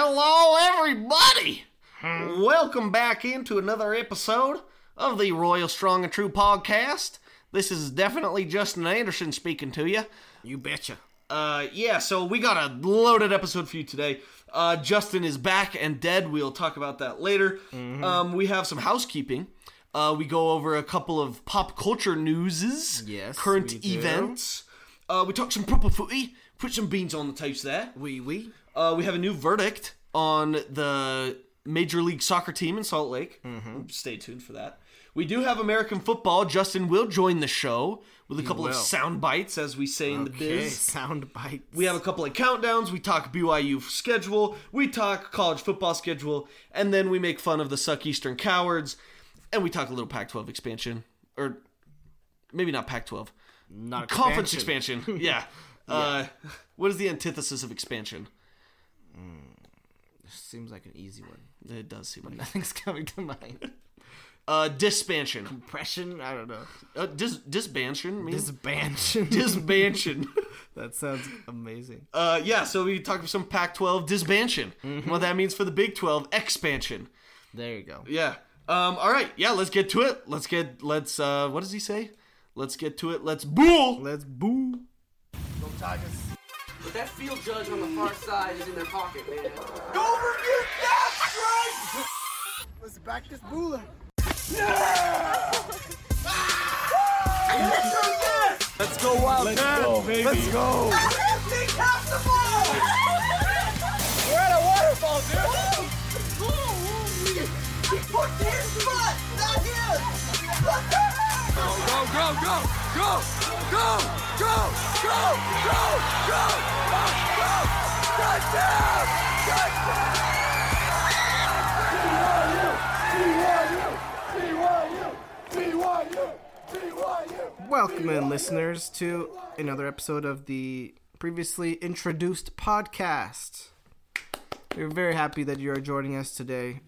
Hello, everybody! Welcome back into another episode of the Royal Strong and True podcast. This is definitely Justin Anderson speaking to you. You betcha. Uh, yeah, so we got a loaded episode for you today. Uh, Justin is back and dead. We'll talk about that later. Mm-hmm. Um, we have some housekeeping. Uh, we go over a couple of pop culture newses, Yes, current we do. events. Uh, we talk some proper footy, put some beans on the toast there. Wee wee. Uh, we have a new verdict on the Major League Soccer team in Salt Lake. Mm-hmm. Stay tuned for that. We do have American football. Justin will join the show with a couple of will. sound bites, as we say in the Okay. biz. Sound bites. We have a couple of countdowns. We talk BYU schedule. We talk college football schedule, and then we make fun of the suck Eastern cowards, and we talk a little Pac-12 expansion, or maybe not Pac-12, Not expansion. conference expansion. yeah. Uh, what is the antithesis of expansion? Seems like an easy one. It does seem like Nothing's coming to mind. Uh, dispansion. Impression? I don't know. Uh, dis- disbansion means Disbansion. disbansion. that sounds amazing. uh, yeah, so we talked about some Pac-12 disbansion. What that means for the Big 12 expansion. There you go. Yeah. Um, all right. Yeah, let's get to it. Let's get. Let's. Uh, what does he say? Let's get to it. Let's bull. Let's boo. But that field judge on the far side is in their pocket, man. Let's back this booler. We're at a waterfall, dude! He fucked his butt, not his! Go, go, go, go! Go! Go! Go! Go! Go! Go! Go! Go! Touchdown! Touchdown! Welcome in, listeners, to another episode of the previously introduced podcast. We're very happy that you are joining us today.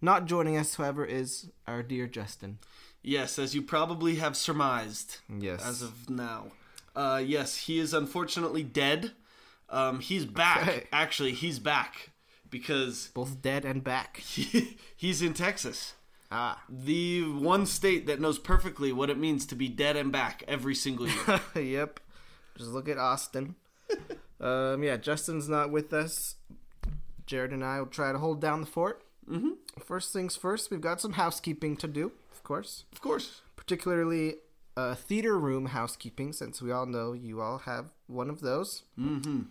Not joining us, however, is our dear Justin. Yes, as you probably have surmised. Yes. As of now. Uh, yes, he is unfortunately dead. Um, he's back. Okay. Actually, he's back because Both dead and back. he, he's in Texas. Ah. the one state that knows perfectly what it means to be dead and back every single year. yep. Just look at Austin. um, yeah, Justin's not with us. Jared and I will try to hold down the fort. Mm-hmm. First things first, we've got some housekeeping to do, of course. of course. Particularly uh, theater room housekeeping, since we all know you all have one of those. Mm-hmm.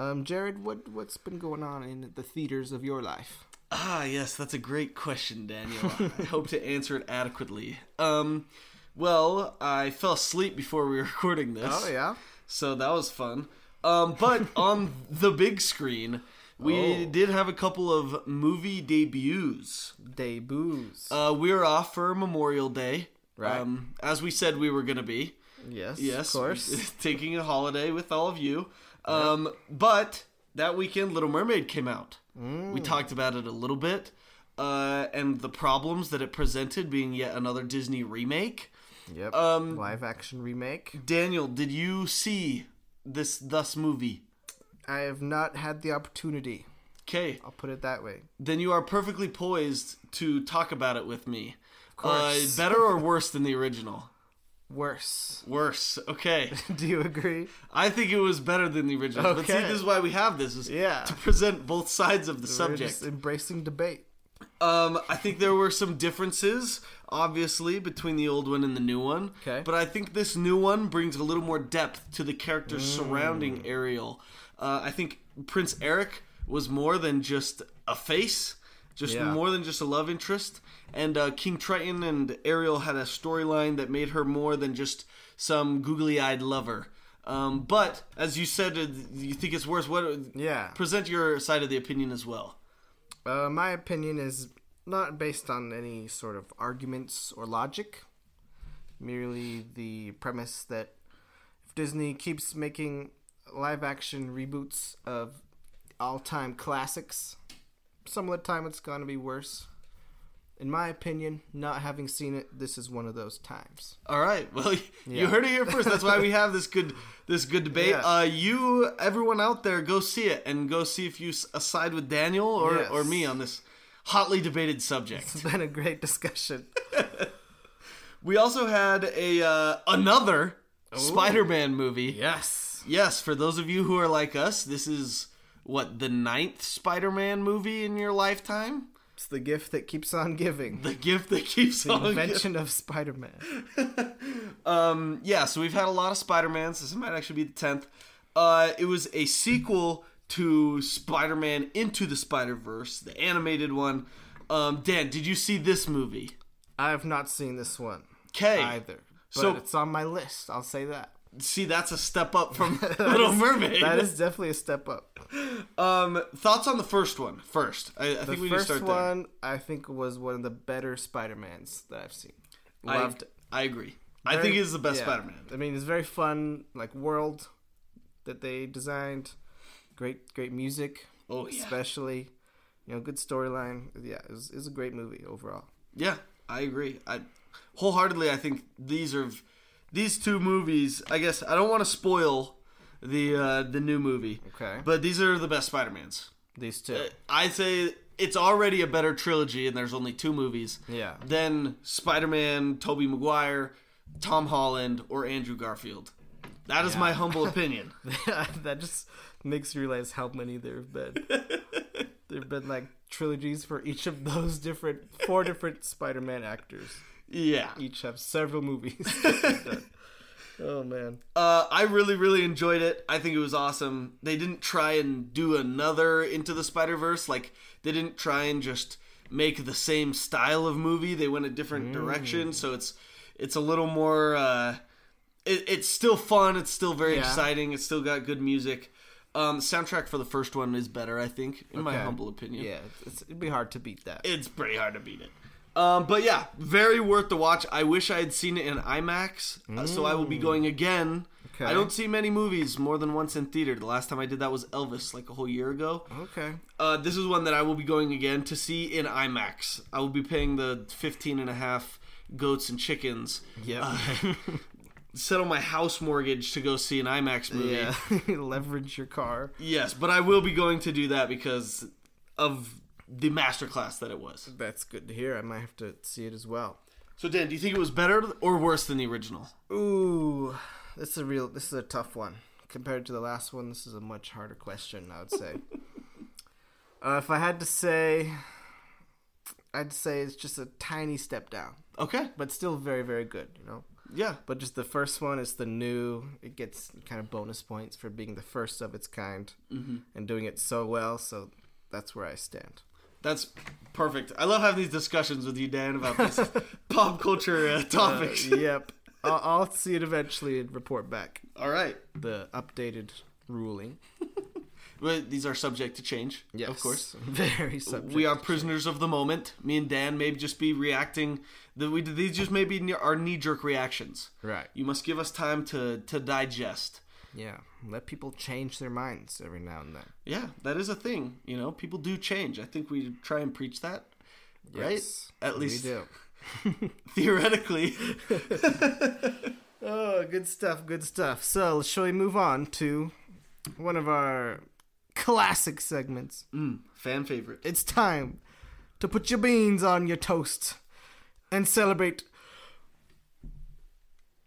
Um, Jared, what what's been going on in the theaters of your life? Ah, yes, that's a great question, Daniel. I hope to answer it adequately. Um, well, I fell asleep before we were recording this. Oh yeah, So that was fun. Um, but on the big screen, we Oh. did have a couple of movie debuts. debuts. Uh, we are off for Memorial Day. Right. Um, as we said we were going to be. yes, Yes, of course. taking a holiday with all of you. Um, But that weekend, Little Mermaid came out. Mm. We talked about it a little bit, uh, and the problems that it presented, being yet another Disney remake. Yep. Live action remake. Daniel, did you see this thus movie? I have not had the opportunity. Okay, I'll put it that way. then you are perfectly poised to talk about it with me. Of course. Uh, better or worse than the original? Worse. Worse. Okay. Do you agree? I think it was better than the original. But see, Okay. this is why we have this. Is Yeah. To present both sides of the We're subject. just embracing debate. Um, I think there were some differences, obviously, between the old one and the new one. Okay. But I think this new one brings a little more depth to the Mm. characters surrounding Ariel. Uh, I think Prince Eric was more than just a face, just Yeah. more than just a love interest. And uh, King Triton and Ariel had a storyline that made her more than just some googly-eyed lover. Um, but as you said, uh, you think it's worse. What? Yeah. Present your side of the opinion as well. Uh, my opinion is not based on any sort of arguments or logic, merely the premise that if Disney keeps making live action reboots of all time classics, some of the time it's going to be worse. in my opinion, not having seen it, this is one of those times. All right. Well, you you heard it here first. That's why we have this good this good debate. Yeah. Uh, you, everyone out there, go see it and go see if you s- uh, side with Daniel or Yes. or me on this hotly debated subject. It's been a great discussion. We also had a uh, another Spider-Man movie. Yes. Yes, for those of you who are like us, this is what the ninth Spider-Man movie in your lifetime. It's the gift that keeps on giving. The gift that keeps The on giving. invention of Spider Man. yeah, so we've had a lot of Spider-Mans. This might actually be the 10th. Uh, it was a sequel to Spider-Man Into the Spider-Verse, the animated one. Um, Dan, did you see this movie? I have not seen this one Okay. either. But So- it's on my list, I'll say that. See, that's a step up from Little Mermaid. That is definitely a step up. um, thoughts on the first one first. I, I The think we need to first start there. one I think was one of the better Spider Mans that I've seen. I- Loved it. I, agree. I think it's the best Yeah. Spider-Man. I mean, it's very fun, like world that they designed. Great, great music, Oh, yeah. especially. You know, good storyline. Yeah, it was, it was a great movie overall. Yeah, I agree. I wholeheartedly I think these are these two movies, I guess I don't want to spoil the uh the new movie. Okay. But these are the best Spider-Mans. These two. I say it's already a better trilogy and there's only two movies. Yeah. Then Spider-Man, Tobey Maguire, Tom Holland or Andrew Garfield. That is my humble opinion. that just makes you realize how many there have been. there have been like trilogies for each of those different four different Spider-Man actors. yeah. Each have several movies. oh man. Uh, I really, really enjoyed it. I think it was awesome. They didn't try and do another Into the Spider Verse. Like they didn't try and just make the same style of movie. They went a Mm. different direction, so it's it's a little more. Uh, it, it's still fun. It's still very Yeah. exciting. It's still got good music. Um, soundtrack for the first one is better, I think, in my Okay. humble opinion Yeah, it's, it'd be hard to beat that. it's pretty hard to beat it. Um, but yeah, very worth the watch. I wish I had seen it in IMAX, uh, so I will be going again. Mm. Okay. I don't see many movies more than once in theater. The last time I did that was Elvis, like a whole year ago. Okay. Uh, this is one that I will be going again to see in IMAX. I will be paying the 15 and a half goats and chickens, Uh, Yep. settle my house mortgage to go see an IMAX movie. yeah. Leverage your car. Yes, but I will be going to do that because of the masterclass that it was. That's good to hear. I might have to see it as well. So Dan, do you think it was better or worse than the original? Ooh, this is a real. This is a tough one compared to the last one. This is a much harder question. I would say. uh, if I had to say, I'd say it's just a tiny step down, Okay. but still very, very good. You know. Yeah. But just the first one is the new. It gets kind of bonus points for being the first of its kind and doing it so well. So that's where I stand. That's perfect. I love having these discussions with you, Dan, about these pop culture uh, topics. yep. I'll, I'll see it eventually and report back All right. the updated ruling. Well, these are subject to change. Yes, Of course. Very subject. We are prisoners of the moment. Me and Dan may just be reacting. That we these just may be ne- our knee jerk reactions. Right. You must give us time to to digest. Yeah, let people change their minds every now and then. Yeah, that is a thing. You know, people do change. I think we try and preach that. Yes, Right. At we least do. theoretically. Oh, good stuff, good stuff. So, shall we move on to one of our classic segments? Hmm, Fan favorite. It's time to put your beans on your toast and celebrate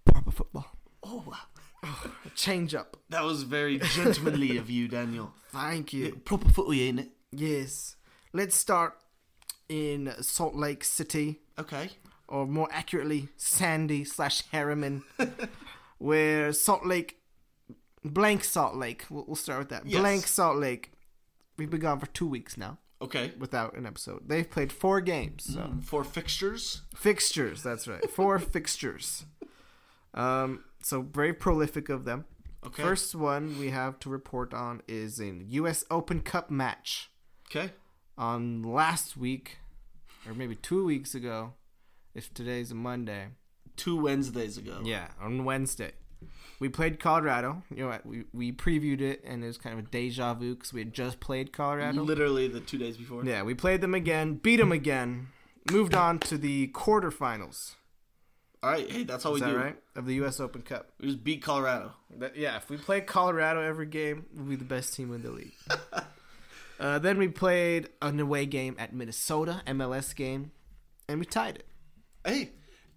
proper football. Oh wow. A change up. That was very gentlemanly of you, Daniel. Thank you. Proper footy, ain't it? Yes. Let's start in Salt Lake City. Okay. or more accurately, Sandy slash Harriman, where Salt Lake, blank Salt Lake, we'll, we'll start with that. Yes. Blank Salt Lake. We've been gone for two weeks now Okay. without an episode. They've played four games. So. Four fixtures. Fixtures, that's right. Four fixtures. Um, so very prolific of them. Okay. First one we have to report on is in U.S. Open Cup match Okay. on last week, or maybe two weeks ago, if today's a Monday. Two Wednesdays ago. Yeah, on Wednesday. We played Colorado. You know, what, we we previewed it, and it was kind of a deja vu because we had just played Colorado. Literally the two days before. yeah, we played them again, beat them again, Moved on to the quarterfinals. All right, hey, that's all Is we that do. right? Of the U.S. Open Cup. We just beat Colorado. That, yeah, if we play Colorado every game, we'll be the best team in the league. uh, then we played an away game at Minnesota, MLS game, and we tied it, Hey,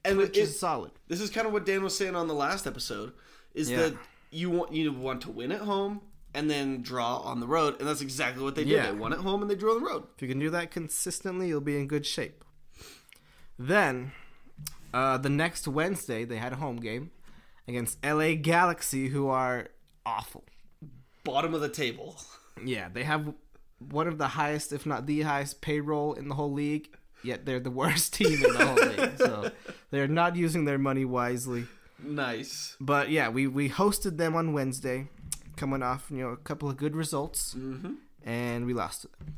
and which it- is solid. this is kind of what Dan was saying on the last episode is Yeah. that you want you want to win at home and then draw on the road, and that's exactly what they did. Yeah. They won at home and they drew on the road. If you can do that consistently, you'll be in good shape. Then, uh, the next Wednesday, they had a home game against LA Galaxy, who are awful. Bottom of the table. Yeah, they have one of the highest, if not the highest, payroll in the whole league. Yet they're the worst team in the whole league, so they're not using their money wisely. Nice. But yeah, we we hosted them on Wednesday, coming off you know a couple of good results, and we lost to them.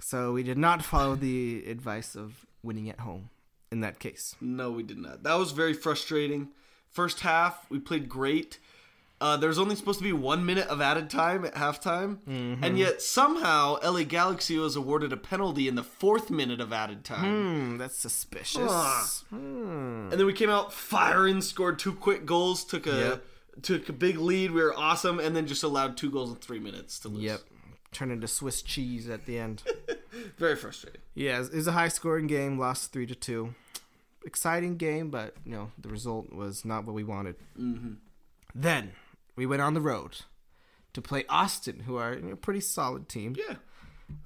So we did not follow the advice of winning at home in that case. No, we did not. That was very frustrating. First half, we played great. Uh, there was only supposed to be one minute of added time at halftime, Mm-hmm. and yet somehow LA Galaxy was awarded a penalty in the fourth minute of added time. Hmm, that's suspicious. And then we came out firing, scored two quick goals, took a Yep. took a big lead. We were awesome, and then just allowed two goals in three minutes to lose. Yep, turned into Swiss cheese at the end. Very frustrating. yeah, it was a high scoring game. Lost three to two. Exciting game, but you know the result was not what we wanted. Then we went on the road to play Austin, who are you know, a pretty solid team. Yeah,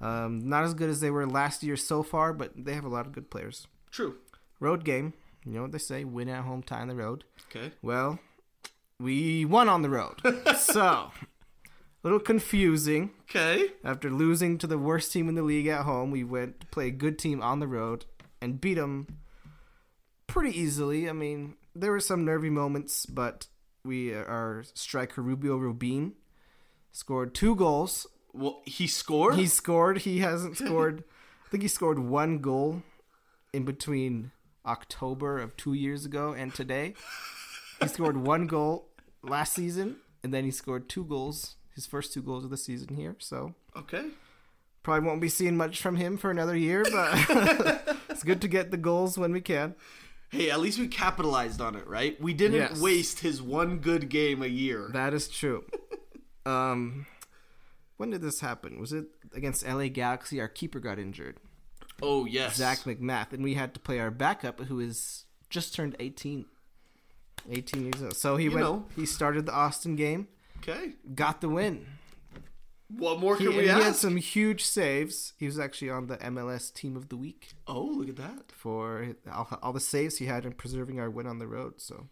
Um, not as good as they were last year so far, but they have a lot of good players. true. Road game, you know what they say: win at home, tie on the road. Okay. Well, we won on the road, so a little confusing. Okay. After losing to the worst team in the league at home, we went to play a good team on the road and beat them pretty easily. I mean, there were some nervy moments, but we uh, our striker Rubio Rubin scored two goals. Well, he scored. He scored. He hasn't scored. I think he scored one goal in between October of two years ago and today. He scored one goal last season, and then he scored two goals. His first two goals of the season here. So okay. Probably won't be seeing much from him for another year, but it's good to get the goals when we can. Hey, at least we capitalized on it, right? We didn't Yes. waste his one good game a year. That is true. Um, when did this happen? Was it against LA Galaxy? Our keeper got injured, oh yes, Zach McMath, and we had to play our backup, who is just turned 18. 18 years old. So he went. know. He started the Austin game, Okay. got the win. What more He, can and we he had ask? some huge saves. He was actually on the MLS Team of the Week oh, look at that. for all, all the saves he had in preserving our win on the road. So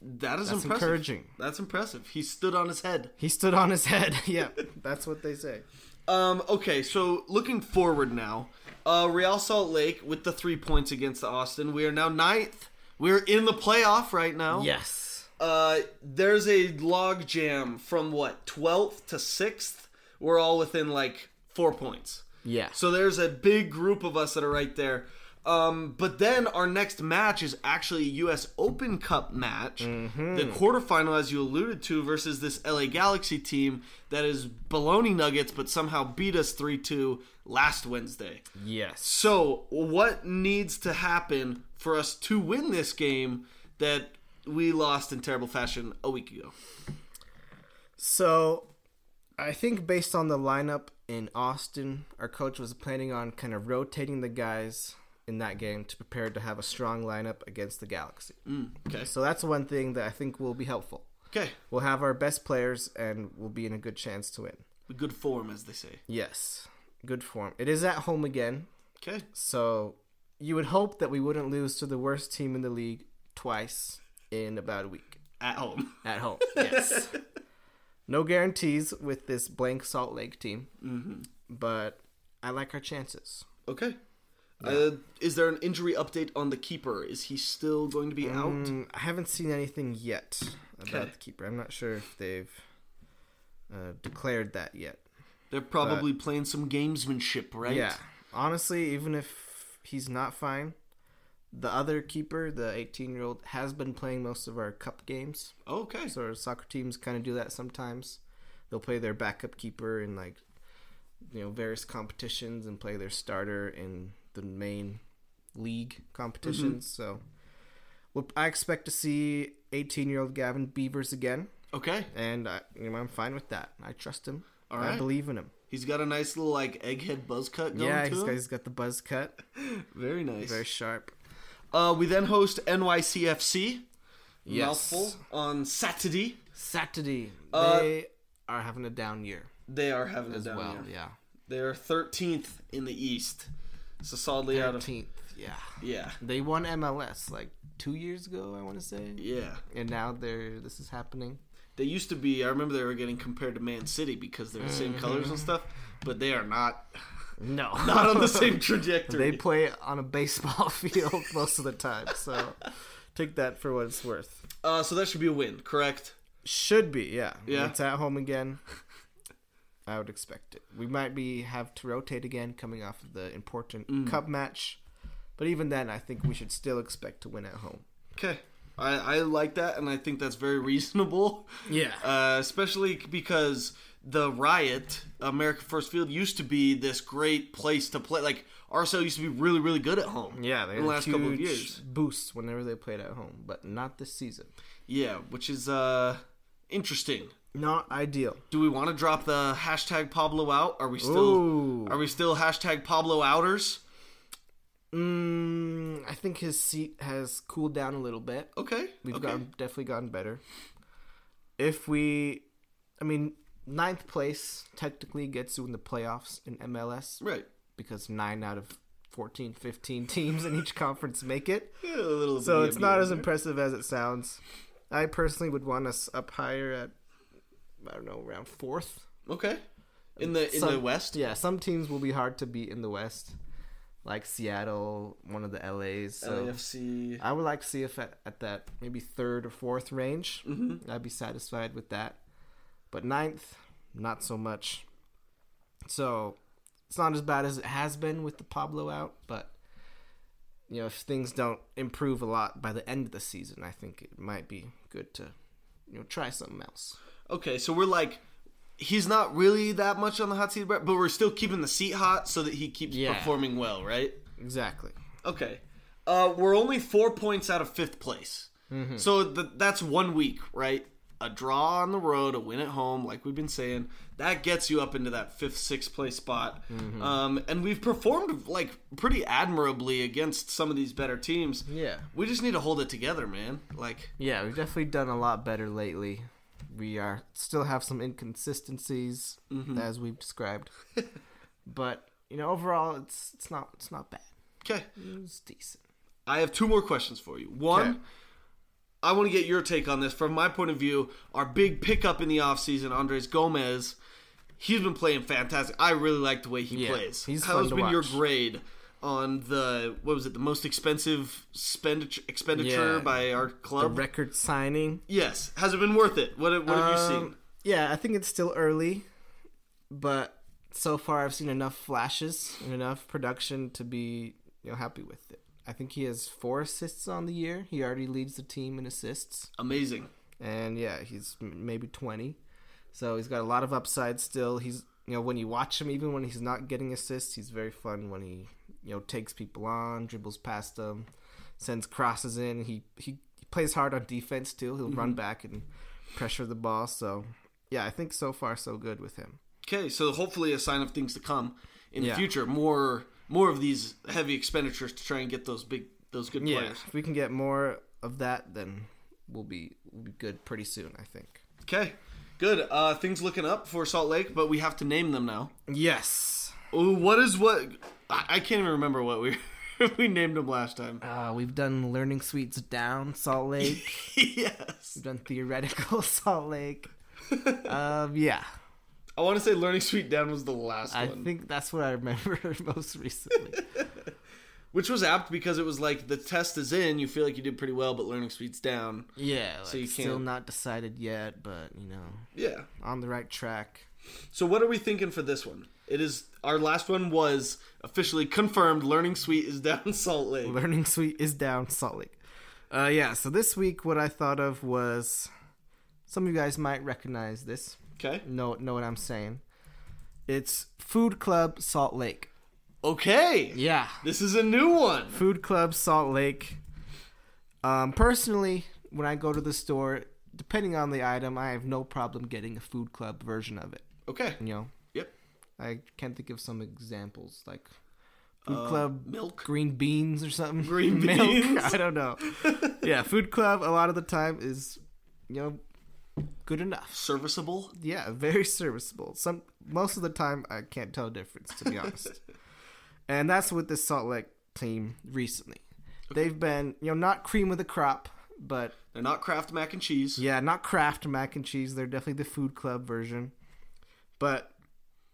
That is That's impressive. encouraging. That's impressive. He stood on his head. He stood on his head. yeah, that's what they say. Um, okay, so looking forward now, uh, Real Salt Lake with the three points against the Austin, we are now ninth. We're in the playoff right now. Yes. Uh, there's a log jam from what twelfth to sixth. We're all within like four points. Yeah. So there's a big group of us that are right there. Um, but then our next match is actually a U.S. Open Cup match, the quarterfinal, as you alluded to, versus this LA Galaxy team that is baloney nuggets, but somehow beat us three two last Wednesday. Yes. So what needs to happen for us to win this game that we lost in terrible fashion a week ago? So, I think based on the lineup in Austin, our coach was planning on kind of rotating the guys in that game to prepare to have a strong lineup against the Galaxy. Okay. So that's one thing that I think will be helpful. Okay. We'll have our best players and we'll be in a good chance to win. Good form, as they say. Yes. Good form. It is at home again, Okay. So you would hope that we wouldn't lose to the worst team in the league twice in about a week At home. at home. Yes. no guarantees with this blank Salt Lake team, mm-hmm. but I like our chances. Okay. Uh, is there an injury update on the keeper? Is he still going to be out? Mm, I haven't seen anything yet about Okay. the keeper. I'm not sure if they've uh, declared that yet. They're probably playing some gamesmanship, right? Yeah. Honestly, even if he's not fine, the other keeper, the 18 year old, has been playing most of our cup games. Okay. So our soccer teams kind of do that sometimes. They'll play their backup keeper in like you know various competitions and play their starter in the main league competitions. Mm-hmm. So well, I expect to see 18 year old Gavin Beavers again, Okay. and I, you know, I'm fine with that. I trust him. All I right. believe in him. He's got a nice little like egghead buzz cut going yeah, to he's him. got, he's got the buzz cut, Very nice. very sharp. Uh, we then host NYCFC Yes. mouthful on Saturday. Saturday, Uh, they are having a down year They are having a as down well. year. Yeah, They are 13th in the East. So solidly out of thirteenth. Yeah, yeah, they won MLS like two years ago, I want to say, yeah. and now they're this is happening. They used to be. I remember they were getting compared to Man City because they're the Mm-hmm. same colors and stuff, but they are not No, not on the same trajectory. they play on a baseball field most of the time, so take that for what it's worth. uh, so that should be a win, correct? Should be, yeah. Yeah. It's at home again. I would expect it. We might be have to rotate again coming off of the important cup match. But even then I think we should still expect to win at home. Okay. I, I like that, and I think that's very reasonable. Yeah. Uh, especially because the Riot, America First Field, used to be this great place to play. Like, RSL used to be really, really good at home. Yeah, they in the last couple of years. boost whenever they played at home, but not this season. Yeah, which is uh, interesting. Not ideal. Do we want to drop the hashtag Pablo out? Are we still Ooh. are we still hashtag Pablo outers? Mm, I think his seat has cooled down a little bit. Okay, We've okay. gotten definitely gotten better. If we, I mean, ninth place technically gets you in the playoffs in MLS right. because nine out of 14, 15 teams in each conference make it. Yeah, a little So bit it's not of- as impressive as it sounds. I personally would want us up higher at, I don't know, around fourth. okay in the in the Some- West. Yeah, some teams will be hard to beat in the West, like Seattle, one of the LAs. So. LAFC. I would like to see if at, at that maybe third or fourth range, I'd be satisfied with that. But ninth, not so much. So it's not as bad as it has been with the Pablo out, but you know if things don't improve a lot by the end of the season, I think it might be good to you know try something else. Okay, so we're like, he's not really that much on the hot seat, but we're still keeping the seat hot so that he keeps Yeah. performing well, right? Exactly. Okay, uh, we're only four points out of fifth place, Mm-hmm. so th- that's one week, right? A draw on the road, a win at home, like we've been saying, that gets you up into that fifth, sixth place spot. Mm-hmm. Um, and we've performed like pretty admirably against some of these better teams. Yeah. we just need to hold it together, man. Like, Yeah, we've definitely done a lot better lately. We are still have some inconsistencies as we've described, but you know overall it's it's not it's not bad. okay. It's decent. I have two more questions for you. One, Okay. I want to get your take on this. From my point of view, our big pickup in the offseason, Andres Gomez, he's been playing fantastic. I really like the way he Yeah, plays. he's How's fun to been your watch. grade on the what was it, the most expensive spend expenditure Yeah. by our The club? record signing. yes. Has it been worth it? What what have you seen? Um, Yeah, I think it's still early, but so far I've seen enough flashes and enough production to be you know happy with it. I think he has four assists on the year. He already leads the team in assists. Amazing. and yeah, he's m- maybe 20. So he's got a lot of upside still. He's you know when you watch him, even when he's not getting assists, he's very fun when he you know takes people on, dribbles past them, sends crosses in. He he, he plays hard on defense too. He'll run back and pressure the ball. So yeah, I think so far so good with him. Okay, so hopefully a sign of things to come in the Yeah. future. More more of these heavy expenditures to try and get those big those good Yeah, players. if we can get more of that, then we'll be we'll be good pretty soon. I think. Okay, good. Uh, things looking up for Salt Lake, but we have to name them now. Yes. Ooh, what is what? I, I can't even remember what we we named them last time. Uh, we've done learning suites down Salt Lake. yes, done theoretical Salt Lake. um, yeah, I want to say Learning Suite Down was the last I one, think that's what I remember most recently. which was apt because it was like the test is in. You feel like you did pretty well, but Learning Suite's down. yeah, like, So you still can't- not decided yet, but you know, Yeah. on the right track. So what are we thinking for this one? It is our last one was officially confirmed. Learning Suite is down Salt Lake. Learning Suite is down Salt Lake. Uh, yeah, so this week what I thought of was some of you guys might recognize this. Okay. Know know what I'm saying? It's Food Club Salt Lake. Okay. Yeah. This is a new one. Food Club Salt Lake. Um, personally, when I go to the store, depending on the item, I have no problem getting a Food Club version of it. Okay. You know, Yep. I can't think of some examples like Food Club milk. green beans or something. Uh, Green Milk? beans. I don't know. yeah, Food Club a lot of the time is you know good enough. Serviceable. Yeah, very serviceable. Some most of the time I can't tell a difference to be honest. and that's with the Salt Lake team recently. They've been, you know, not cream of the crop, but They're not Kraft mac and cheese. yeah, not Kraft mac and cheese. They're definitely the food club version. But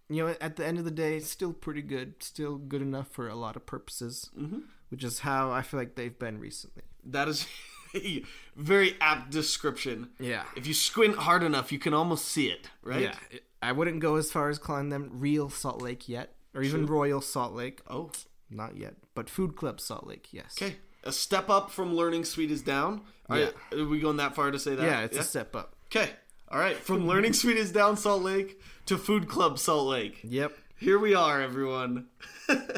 you know, at the end of the day, it's still pretty good. Still good enough for a lot of purposes, mm-hmm. which is how I feel like they've been recently. That is a very apt description. Yeah. If you squint hard enough, you can almost see it, right? Yeah, I wouldn't go as far as calling them real Salt Lake yet, or even Royal Salt Lake. Oh, Not yet, but Food Club Salt Lake. Yes. okay. A step up from learning sweet is down. Are, Yeah. are we going that far to say that? Yeah, it's a step up. Okay. All right. From learning sweet is down Salt Lake to food club Salt Lake. Yep. Here we are, everyone.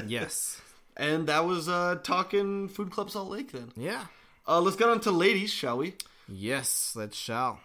Yes. And that was uh, talking food club Salt Lake. Then yeah. uh, let's get on to ladies, shall we? Yes. Let's shall.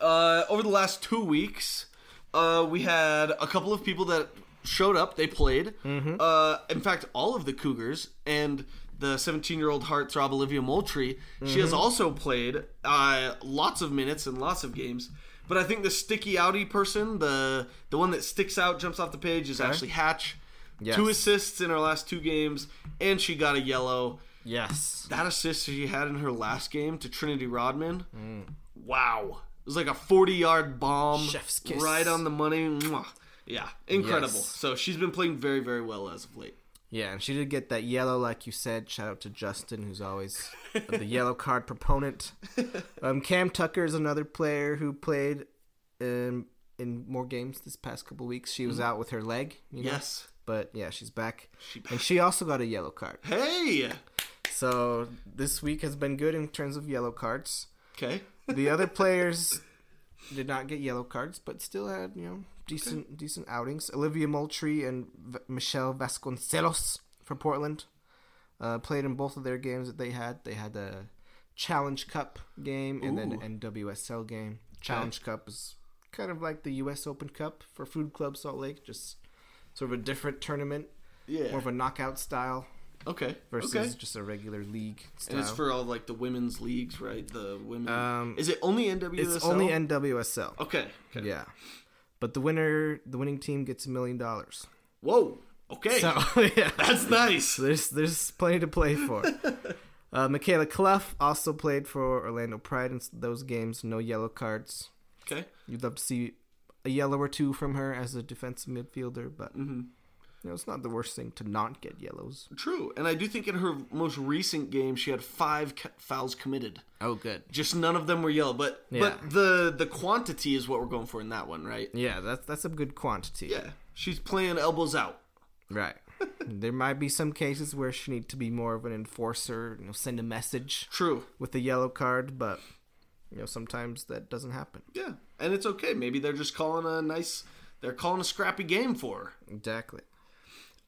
uh, over the last two weeks, uh, we had a couple of people that showed up. They played. Uh, in fact, all of the Cougars and the 17-year-old heartthrob Olivia Moultrie. She has also played uh, lots of minutes and lots of games. But I think the sticky outy person, the the one that sticks out, jumps off the page, is actually Hatch. Yes. Two assists in her last two games, and she got a yellow Yes. that assist she had in her last game to Trinity Rodman, Mm. wow. It was like a 40 yard bomb. Chef's kiss. Right on the money. Mwah. Yeah, incredible. Yes. So she's been playing very, very well as of late. Yeah, and she did get that yellow, like you said. Shout out to Justin, who's always the yellow card proponent. Um, Cam Tucker is another player who played um, in more games this past couple weeks. She was out with her leg. You know? Yes. But Mm-hmm. yeah, she's back. back. And she also got a yellow card. Hey! So this week has been good in terms of yellow cards. Okay. The other players did not get yellow cards, but still had, you know, decent decent outings. Olivia Moultrie and v- Michelle Vasconcelos for Portland uh, played in both of their games that they had. They had a Challenge Cup game and Ooh. then an NWSL game. Challenge Cup is kind of like the U.S. Open Cup for Food Club Salt Lake, just sort of a different tournament, Yeah. more of a knockout style okay. versus okay. just a regular league style. And it's for all like the women's leagues, right? The women. Um, Is it only NWSL? It's only NWSL. Okay. okay. Yeah. But the winner, the winning team gets a million dollars. Whoa. Okay. So yeah, That's nice. there's there's plenty to play for. Uh, Michaela Clough also played for Orlando Pride in those games. No yellow cards. Okay. You'd love to see a yellow or two from her as a defensive midfielder, but Mm-hmm. you know it's not the worst thing to not get yellows. True. And I do think in her most recent game, she had five c- fouls committed. Oh, good. Just none of them were yellow, but Yeah. but the the quantity is what we're going for in that one, right? Yeah, that's that's a good quantity. Yeah, she's playing elbows out. Right. there might be some cases where she need to be more of an enforcer, you know, send a message. True. with the yellow card, but you know sometimes that doesn't happen. Yeah, and it's okay. Maybe they're just calling a nice, they're calling a scrappy game for her. Exactly.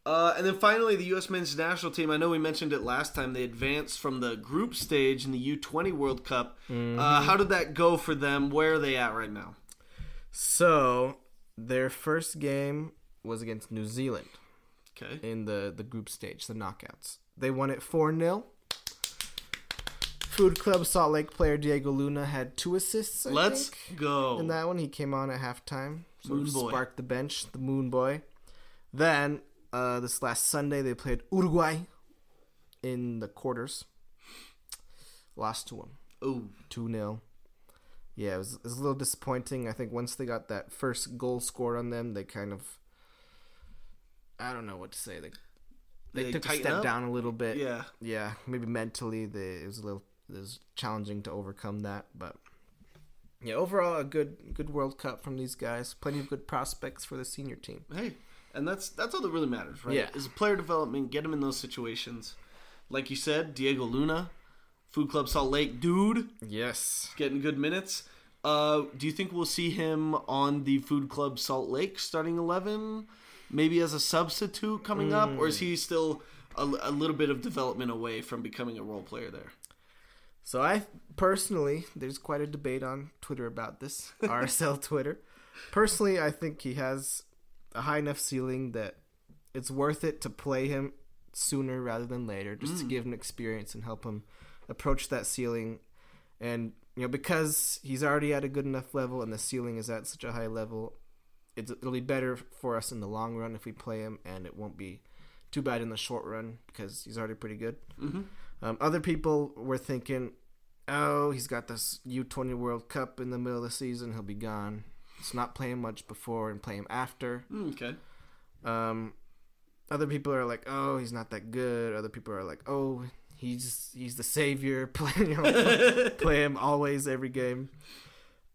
Uh, and then finally, the U.S. men's national team. I know we mentioned it last time. They advanced from the group stage in the U20 World Cup. Mm-hmm. Uh, how did that go for them? Where are they at right now? So their first game was against New Zealand Okay. in the the group stage, the knockouts. They won it four 0 Food Club Salt Lake player Diego Luna had two assists. I Let's think. go. In that one, he came on at halftime, sort Moon of boy. sparked the bench, the Moon Boy. Then, uh, this last Sunday, they played Uruguay in the quarters. Lost to them, Ooh. 2 0. Yeah, it was, it was a little disappointing. I think once they got that first goal scored on them, they kind of. I don't know what to say. They, they, They took a tighten step up? down a little bit. Yeah. Yeah, maybe mentally they, it was a little it was challenging to overcome that, but yeah, overall a good good World Cup from these guys. Plenty of good prospects for the senior team. hey, and that's that's all that really matters, right? Yeah. Is player development, get him in those situations. Like you said, Diego Luna, Food Club Salt Lake, dude, Yes. getting good minutes. Uh, do you think we'll see him on the Food Club Salt Lake starting eleven? maybe as a substitute coming up, or is Mm. he still a, a little bit of development away from becoming a role player there? So I personally, there's quite a debate on Twitter about this RSL Twitter. Personally, I think he has a high enough ceiling that it's worth it to play him sooner rather than later, just to give him experience and help him approach that ceiling. And you know, because he's already at a good enough level, and the ceiling is at such a high level, it's, it'll be better for us in the long run if we play him, and it won't be too bad in the short run because he's already pretty good. Um, other people were thinking, oh, he's got this U20 World Cup in the middle of the season. He'll be gone. Let's not play him much before and play him after. Okay. Um, other people are like, oh, he's not that good. Other people are like, oh, he's he's the savior. Play, you know, play him always, every game.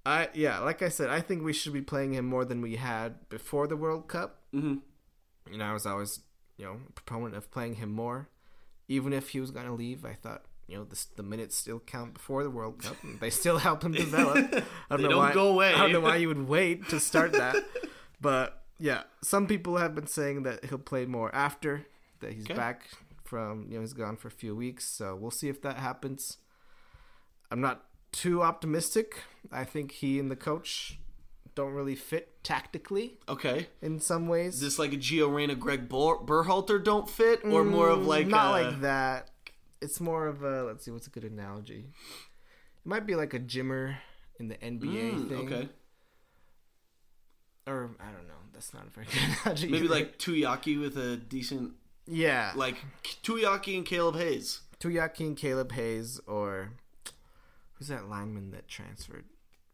I yeah, like I said, I think we should be playing him more than we had before the World Cup. Mm-hmm. You know, I was always you know a proponent of playing him more, even if he was going to leave. I thought you know the, the minutes still count before the World Cup. And they still help him develop. I don't know don't why. go away. I don't know why you would wait to start that. but yeah, some people have been saying that he'll play more after that he's back from you know he's gone for a few weeks. So we'll see if that happens. I'm not too optimistic. I think he and the coach don't really fit tactically Okay. in some ways. Is this like a Gio Reyna, Greg Bur- Berhalter don't fit, or more of like Mm, not a- Mm, like that. It's more of a let's see what's a good analogy. It might be like a Jimmer in the NBA Mm, thing, okay. or I don't know. That's not a very good analogy. Maybe either. like Tuyaki with a decent yeah, like Tuyaki and Caleb Hayes. Tuyaki and Caleb Hayes, or who's that lineman that transferred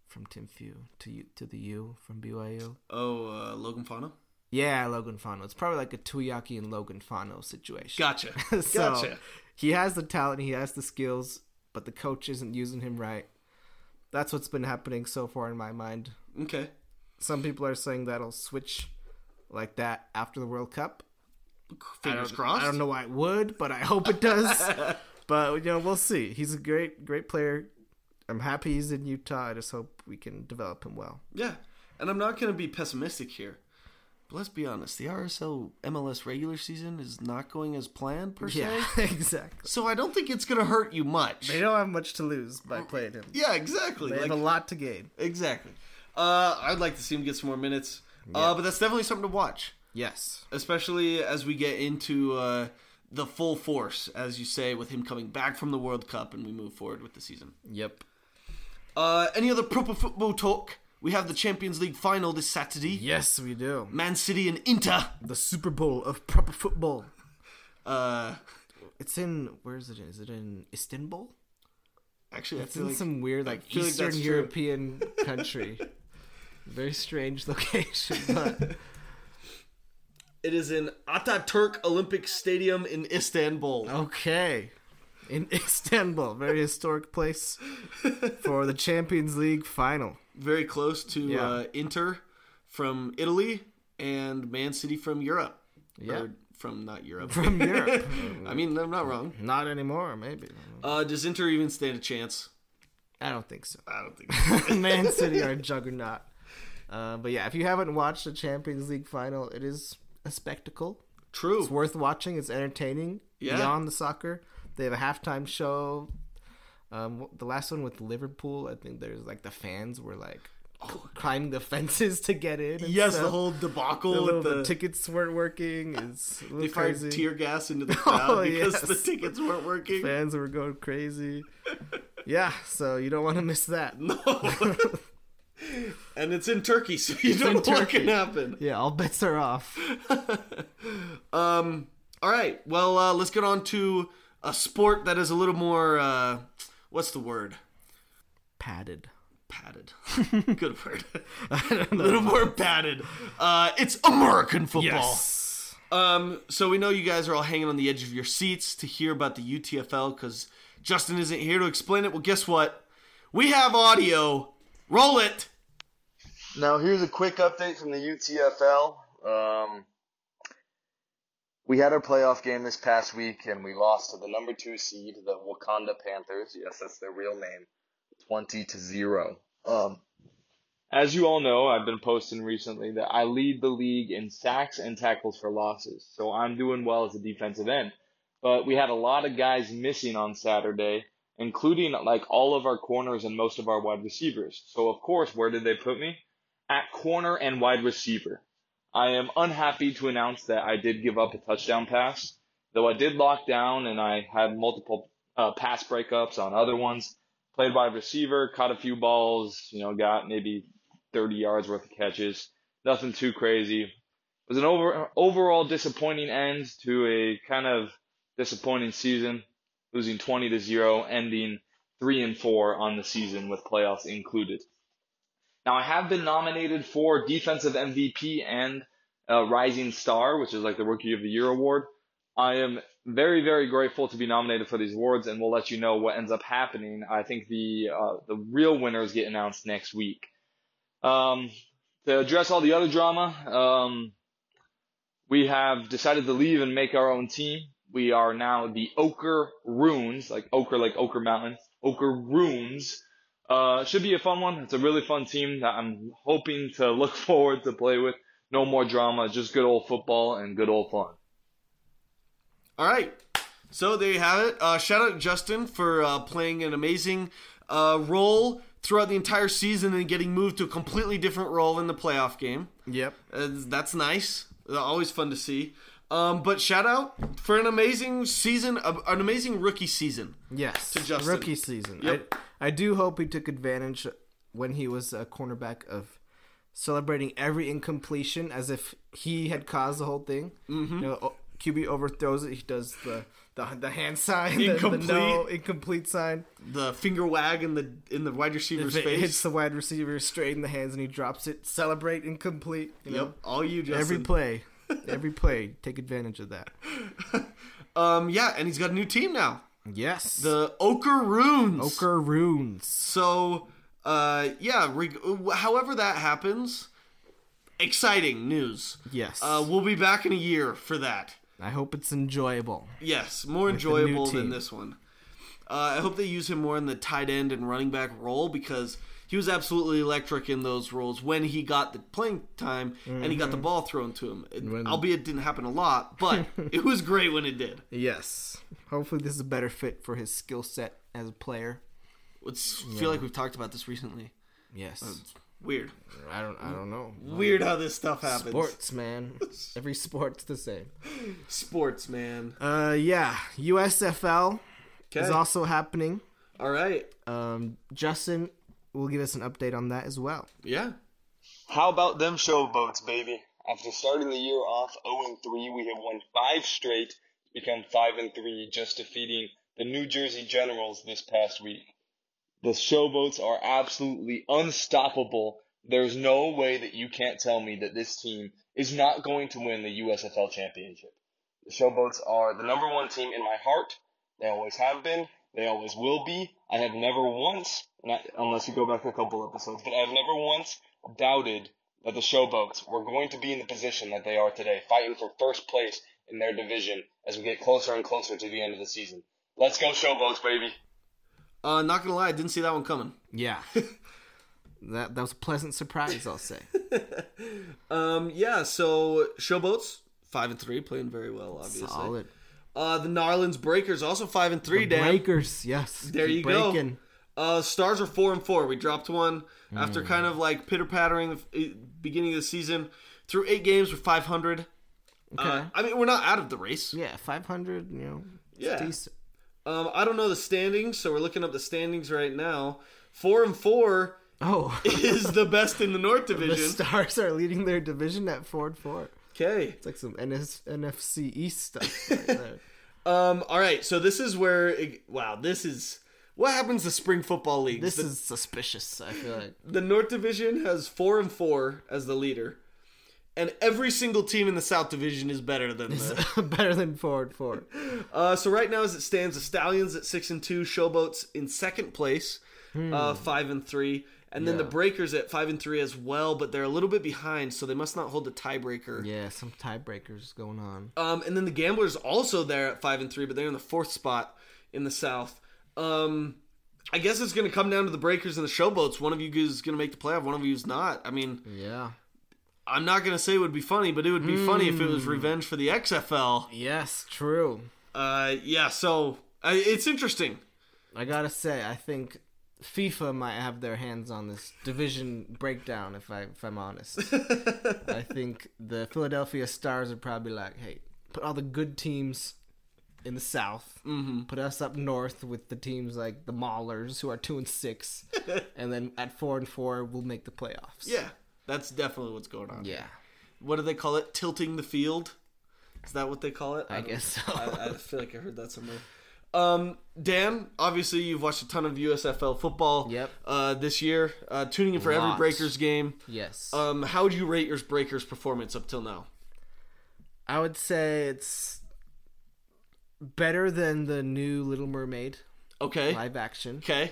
from Tim Few to U, to the U from BYU? Oh, uh, Logan Fano. Yeah, Logan Fano. It's probably like a Tuyaki and Logan Fano situation. Gotcha. so Gotcha. he has the talent, he has the skills, but the coach isn't using him right. That's what's been happening so far in my mind. Okay. Some people are saying that'll switch like that after the World Cup. Fingers I don't- crossed. I don't know why it would, but I hope it does. but you know, we'll see. He's a great, great player. I'm happy he's in Utah. I just hope we can develop him well. Yeah. And I'm not going to be pessimistic here. But let's be honest. The RSL MLS regular season is not going as planned, per Yeah, se. exactly. So I don't think it's going to hurt you much. They don't have much to lose by playing him. Yeah, exactly. They Like, have a lot to gain. exactly. Uh, I'd like to see him get some more minutes. Uh, but that's definitely something to watch, Yes. especially as we get into uh, the full force, as you say, with him coming back from the World Cup and we move forward with the season. Yep. Uh, any other proper football talk? We have the Champions League final this Saturday. Yes, we do. Man City and Inter. The Super Bowl of proper football. Uh, It's in where is it? In? Is it in Istanbul? actually, I It's feel in like- some weird like feel like Eastern that's true. European country. Very strange location, but It is in Ataturk Olympic Stadium in Istanbul. okay. In Istanbul, very historic place for the Champions League final. Very close to Yeah. uh, Inter from Italy and Man City from Europe. Yeah. Or from not Europe. From Europe. I mean, I'm not wrong. Not anymore, maybe. Uh, does Inter even stand a chance? I don't think so. I don't think so. Man City are a juggernaut. Uh, but yeah, if you haven't watched the Champions League final, it is a spectacle. True. It's worth watching. It's entertaining. Yeah. Beyond the soccer, they have a halftime show. Um, the last one with Liverpool, I think there's like the fans were like climbing the fences to get in. and Oh. yes, the stuff. whole debacle The with little- the, the, tickets weren't working. It's a little they fired crazy. Oh, tear gas into the crowd because yes. the tickets weren't working. Fans were going crazy. yeah, so you don't want to miss that. No. and it's in Turkey, so you don't in know what Turkey. can happen. Yeah, all bets are off. Um, all right. Well, uh, let's get on to a sport that is a little more. Uh, what's the word? Padded. Padded. Good word. A little more padded. Uh, it's American football. Yes. Um, so we know you guys are all hanging on the edge of your seats to hear about the UTFL because Justin isn't here to explain it. Well, guess what? We have audio. Roll it. Now, here's a quick update from the UTFL. Um, we had our playoff game this past week, and we lost to the number two seed, the Wakanda Panthers. Yes, that's their real name. Twenty to zero. Um, As you all know, I've been posting recently that I lead the league in sacks and tackles for losses, so I'm doing well as a defensive end. But we had a lot of guys missing on Saturday, including like all of our corners and most of our wide receivers. So of course, where did they put me? At corner and wide receiver. I am unhappy to announce that I did give up a touchdown pass, though I did lock down and I had multiple uh, pass breakups on other ones. Played wide receiver, caught a few balls, you know, got maybe 30 yards worth of catches. Nothing too crazy. It was an over, overall disappointing end to a kind of disappointing season, losing 20 to 0, ending 3 and 4 on the season with playoffs included. Now, I have been nominated for Defensive MVP and uh, Rising Star, which is like the Rookie of the Year award. I am very, very grateful to be nominated for these awards, and we'll let you know what ends up happening. I think the uh, the real winners get announced next week. Um, to address all the other drama, um, we have decided to leave and make our own team. We are now the Ochre Runes, like Ochre, like Ochre Mountain, Ochre Runes. Uh, should be a fun one. It's a really fun team that I'm hoping to look forward to play with. No more drama, just good old football and good old fun. All right. So there you have it. Uh, shout out to Justin for uh, playing an amazing uh, role throughout the entire season and getting moved to a completely different role in the playoff game. Yep. Uh, that's nice. Uh, Always fun to see. Um, but shout out for an amazing season, uh, an amazing rookie season. Yes. To Justin. Rookie season. Yep. I, I do hope he took advantage when he was a cornerback of celebrating every incompletion as if he had caused the whole thing. Mm-hmm. You know, o- QB overthrows it. He does the the, the hand sign, the- the no Incomplete. incomplete sign. The finger wag in the in the wide receiver's If it face. hits the wide receiver straight in the hands and he drops it. Celebrate incomplete. You know? Yep, all you, Justin. Every play. Every play. Take advantage of that. um, yeah, and he's got a new team now, Yes. the Ochre Runes. Ochre Runes. So, uh, yeah. Reg- however that happens, exciting news. Yes. Uh, we'll be back in a year for that. I hope it's enjoyable. Yes, more the new enjoyable than team. this one. Uh, I hope they use him more in the tight end and running back role because he was absolutely electric in those roles when he got the playing time and he got the ball thrown to him. It- Mm-hmm. When- albeit it didn't happen a lot, but it was great when it did. Yes. Hopefully, this is a better fit for his skill set as a player. It's feel like we've talked about this recently. Yes. Weird, I don't. I don't know. weird how this stuff happens. Sports, man. Every sport's the same. Sports, man. Uh, yeah. USFL is Okay. also happening. All right. Um, Justin will give us an update on that as well. Yeah. How about them showboats, baby? After starting the year off 0 3, we have won five straight, become 5 and 3, just defeating the New Jersey Generals this past week. The showboats are absolutely unstoppable. There's no way that you can't tell me that this team is not going to win the USFL championship. The showboats are the number one team in my heart. They always have been. They always will be. I have never once, not, unless you go back a couple episodes, but I have never once doubted that the Showboats were going to be in the position that they are today, fighting for first place in their division as we get closer and closer to the end of the season. Let's go, Showboats, baby. Uh, not gonna lie, I didn't see that one coming. Yeah. that that was a pleasant surprise, I'll say. Um, yeah. So showboats five and three, playing very well, obviously. Solid. Uh, the Narlands Breakers also five and three. Dan. Breakers, yes. There you go. Uh, stars are four and four. We dropped one after Hmm. kind of like pitter pattering the f- eh, beginning of the season. Through eight games, we're five hundred. Okay. Uh, I mean, we're not out of the race. yeah, five hundred. You know. it's Yeah. decent. Um, I don't know the standings, so we're looking up the standings right now. Four and four Oh, is the best in the North the Division. Stars are leading their division at four and four. Okay. It's like some NS- NFC East stuff. Right there. Um. All right. So this is where. It, wow. This is what happens to spring football leagues. this the, is suspicious. I feel like. the North Division has four and four as the leader, and every single team in the South Division is better than the. better than four and four. Uh, so right now, as it stands, the Stallions at six and two, Showboats in second place, uh, five and three, and then the Breakers at five and three as well. But they're a little bit behind, so they must not hold the tiebreaker. Yeah, some tiebreakers going on. Um, and then the Gamblers also there at five and three, but they're in the fourth spot in the South. Um, I guess it's going to come down to the Breakers and the Showboats. One of you is going to make the playoff. One of you is not. I mean, Yeah. I'm not going to say it would be funny, but it would be funny if it Hmm. was revenge for the XFL. Yes, true. Uh, yeah. So uh, it's interesting. I gotta say, I think FIFA might have their hands on this division breakdown. If I if I'm honest, I think the Philadelphia Stars are probably like, hey, put all the good teams in the South, mm-hmm. put us up north with the teams like the Maulers who are two and six, and then at four and four we'll make the playoffs. Yeah, that's definitely what's going on. yeah, What do they call it? Tilting the field. Is that what they call it? I don't- guess so. I, I feel like I heard that somewhere. Um, Dan, obviously you've watched a ton of USFL football. Yep. Uh, this year, uh, tuning in for every Lots. Breakers game. yes. Um, how would you rate your Breakers performance up till now? I would say it's better than the new Little Mermaid Okay. live action, Okay.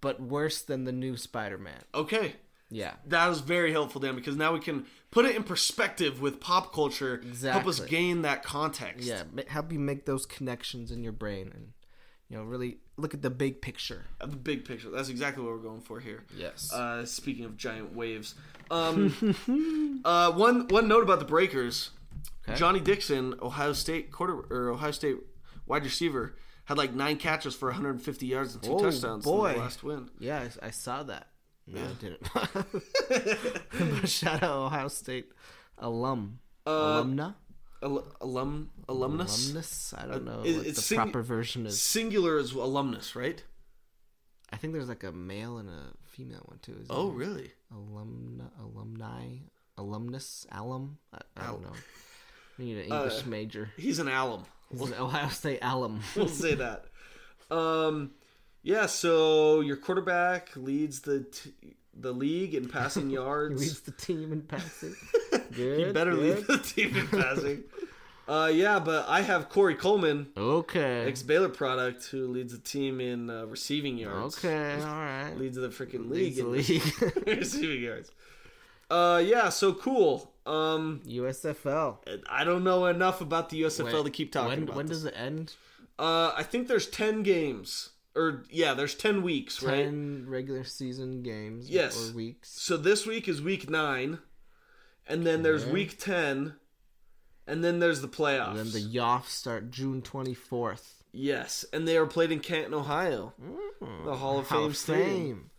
but worse than the new Spider Man. Okay. Yeah. That was very helpful, Dan, because now we can put it in perspective with pop culture. Help us Exactly. gain that context. Yeah. ma- Help you make those connections in your brain and, you know, really look at the big picture. Of The big picture. That's exactly what we're going for here. Yes. Uh, speaking of giant waves, um, uh, one one note about the Breakers: Johnny Dixon, Ohio State quarter or Ohio State wide receiver, had like nine catches for 150 yards and two Oh, touchdowns in boy. the last win. yeah. I s- I, saw that. No, I didn't. but shout out Ohio State alum. Uh, Alumna? Al- alum alumnus Alumnus? I don't know Uh, it- what the it's sing- proper version is. singular is alumnus, right? I think there's like a male and a female one too. Is Oh, there? really? alumna, alumni, alumnus, alum. I, I don't know. We need an Uh, English major. He's an alum. He's an Ohio State alum. We'll say that. Um, yeah. So your quarterback leads the t- the league in passing yards. Leads the team in passing. He Good. better good. leave the team in passing. uh, yeah, but I have Corey Coleman, Okay. ex Baylor product, who leads the team in uh, receiving yards. Okay. All right. Leads the freaking Leads league the in league. receiving yards. Uh, yeah, so cool. Um, USFL. I don't know enough about the USFL to keep talking when, about. When this. does it end? Uh, I think there's ten games, or yeah, there's ten weeks, right? Ten regular season games. Yes. Or weeks. So this week is week nine, and then there's week ten, and then there's the playoffs. Then the Yoff start June twenty fourth. Yes, and they are played in Canton, Ohio, the Mm. Hall of Fame Stadium.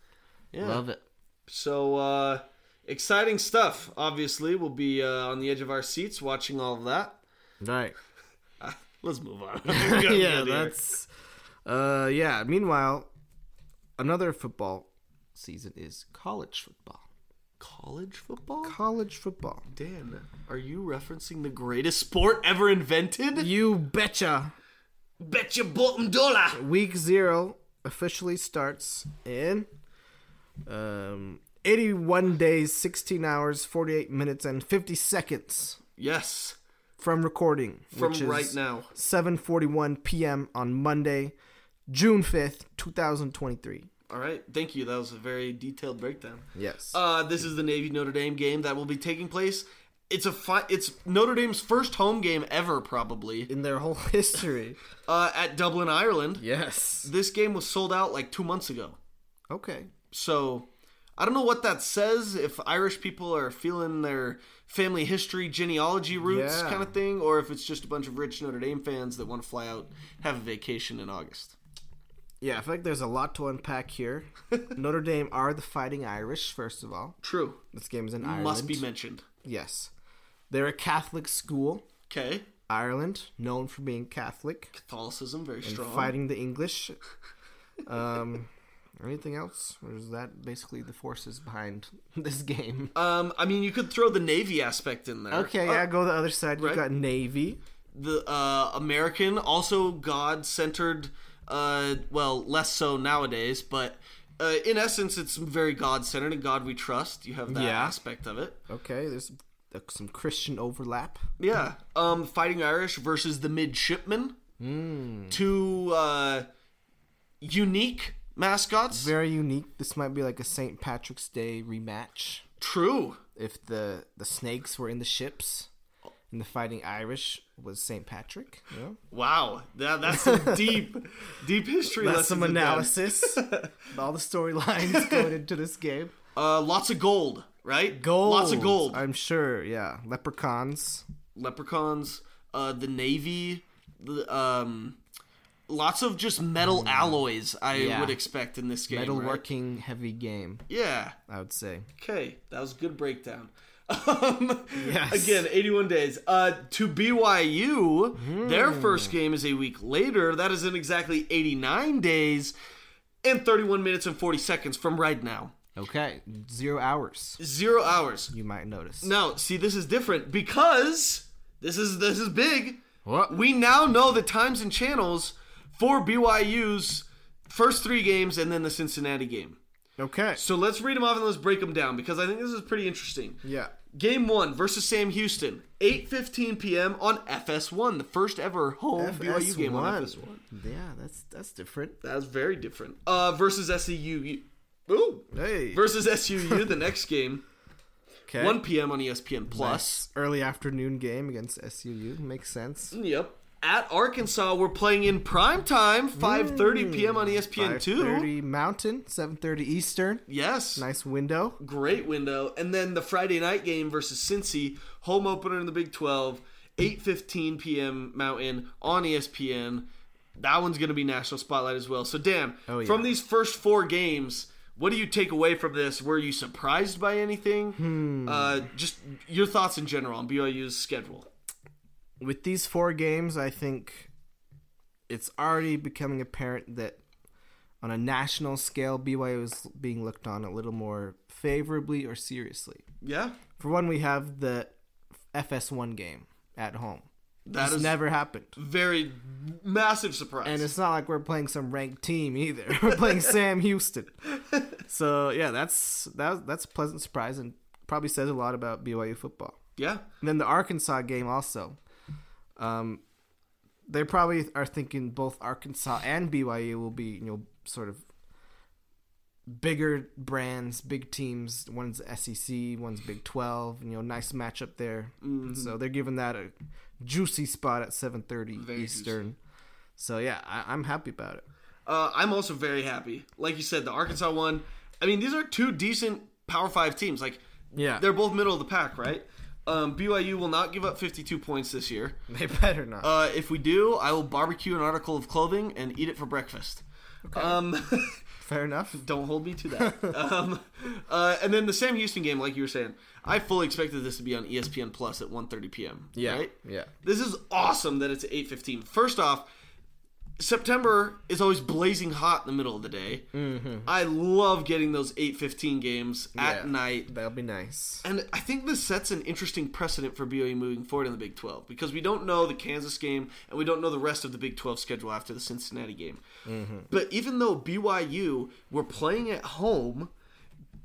Yeah. Love it. So uh, exciting stuff. Obviously, we'll be uh, on the edge of our seats watching all of that. Right. Let's move on. yeah, that's. Uh, yeah. Meanwhile, another football season is college football. college football. College football. Dan, are you referencing the greatest sport ever invented? You betcha. Bet your bottom dollar. Week zero officially starts in um, 81 days, 16 hours, 48 minutes, and 50 seconds Yes, from recording. from which is right now. 7:41 p.m. on Monday, June 5th, 2023. All right, thank you. That was a very detailed breakdown. Yes. Uh, this is the Navy Notre Dame game that will be taking place. It's a fi- it's Notre Dame's first home game ever, probably in their whole history. uh, at Dublin, Ireland. yes. This game was sold out like two months ago, Okay. so I don't know what that says. If Irish people are feeling their family history, genealogy roots Yeah. kind of thing, or if it's just a bunch of rich Notre Dame fans that want to fly out, have a vacation in August. Yeah, I feel like there's a lot to unpack here. Notre Dame are the Fighting Irish, first of all. True, This game is in Ireland. must be mentioned. Yes. They're a Catholic school, Okay, Ireland, known for being Catholic, Catholicism very strong. fighting the English. Um, anything else? Or is that basically the forces behind this game? Um, I mean, you could throw the Navy aspect in there. okay, yeah, go the other side. uh, right. You've got Navy. the uh, American, also God centered, uh, well, less so nowadays, but uh, in essence, it's very God centered and God we trust. You have that Yeah. aspect of it. Okay, there's uh, some Christian overlap. Yeah. Um, Fighting Irish versus the Midshipmen. Hmm. Two uh, unique mascots. Very unique. This might be like a St. Patrick's Day rematch. True. if the the snakes were in the ships and the fighting Irish was St. Patrick. You know? Wow, that, that's some deep, deep history. That's lessons some in that. analysis. All the storylines going into this game. Uh, lots of gold, right? Gold. Lots of gold. I'm sure, yeah. Leprechauns. Leprechauns. Uh, the navy. The, um, lots of just metal alloys. I Yeah. would expect in this game. Metalworking right? working heavy game, Yeah. I would say. Okay, that was a good breakdown. Um, Yes. Again, 81 days. Uh, to BYU, Hmm. their first game is a week later. That is in exactly 89 days and 31 minutes and 40 seconds from right now. Okay. Zero hours, Zero hours. you might notice. Now, see, this is different because this is this is big. What? We now know the times and channels for BYU's first three games and then the Cincinnati game. Okay. So let's read them off and let's break them down because I think this is pretty interesting. Yeah. Game one versus Sam Houston, 8:15 p.m. on FS1, the first ever home BYU game on FS1. Yeah, that's that's different. That's very different. Uh, versus SEU, ooh, Hey. versus SUU, the next game, okay. 1 p.m. on E ESPN Plus. Nice early afternoon game against SUU makes sense. Yep. At Arkansas, we're playing in prime time, Hmm. 5:30 p.m. on E ESPN two. 5:30 Mountain, 7:30 Eastern. Yes, Nice window. great window. And then the Friday night game versus Cincy, home opener in the Big 12, 8:15 p.m. Mountain on E ESPN. That one's going to be national spotlight as well. So Dan, Oh, yeah. from these first four games, what do you take away from this? Were you surprised by anything? Hmm. Uh, just your thoughts in general on BYU's schedule. With these four games, I think it's already becoming apparent that on a national scale, BYU is being looked on a little more favorably or seriously. Yeah, For one, we have the FS1 game at home. that It's is never happened. very massive surprise. And it's not like we're playing some ranked team either. We're playing Sam Houston. So yeah, that's that, that's a pleasant surprise and probably says a lot about BYU football. yeah, And then the Arkansas game also. Um, they probably are thinking both Arkansas and BYU will be you know sort of bigger brands, big teams. One's SEC, one's Big Twelve. You know, nice matchup there. So they're giving that a juicy spot at seven thirty Very Eastern. So yeah, I, I'm happy about it. Uh, I'm also very happy. Like you said, the Arkansas one. I mean, these are two decent Power Five teams. Like, Yeah. they're both middle of the pack, right? Um, BYU will not give up 52 points this year. They better not. Uh, if we do, I will barbecue an article of clothing and eat it for breakfast. Um, Fair enough. don't hold me to that. um, uh, and then the Sam Houston game, like you were saying, I fully expected this to be on E ESPN Plus at 1:30 p.m. right? Yeah. This is awesome that it's 8:15. First off, September is always blazing hot in the middle of the day. Mm-hmm. I love getting those 8:15 games at Yeah. night. That'll be nice. And I think this sets an interesting precedent for BYU moving forward in the Big 12 because we don't know the Kansas game and we don't know the rest of the Big 12 schedule after the Cincinnati game. But even though BYU were playing at home,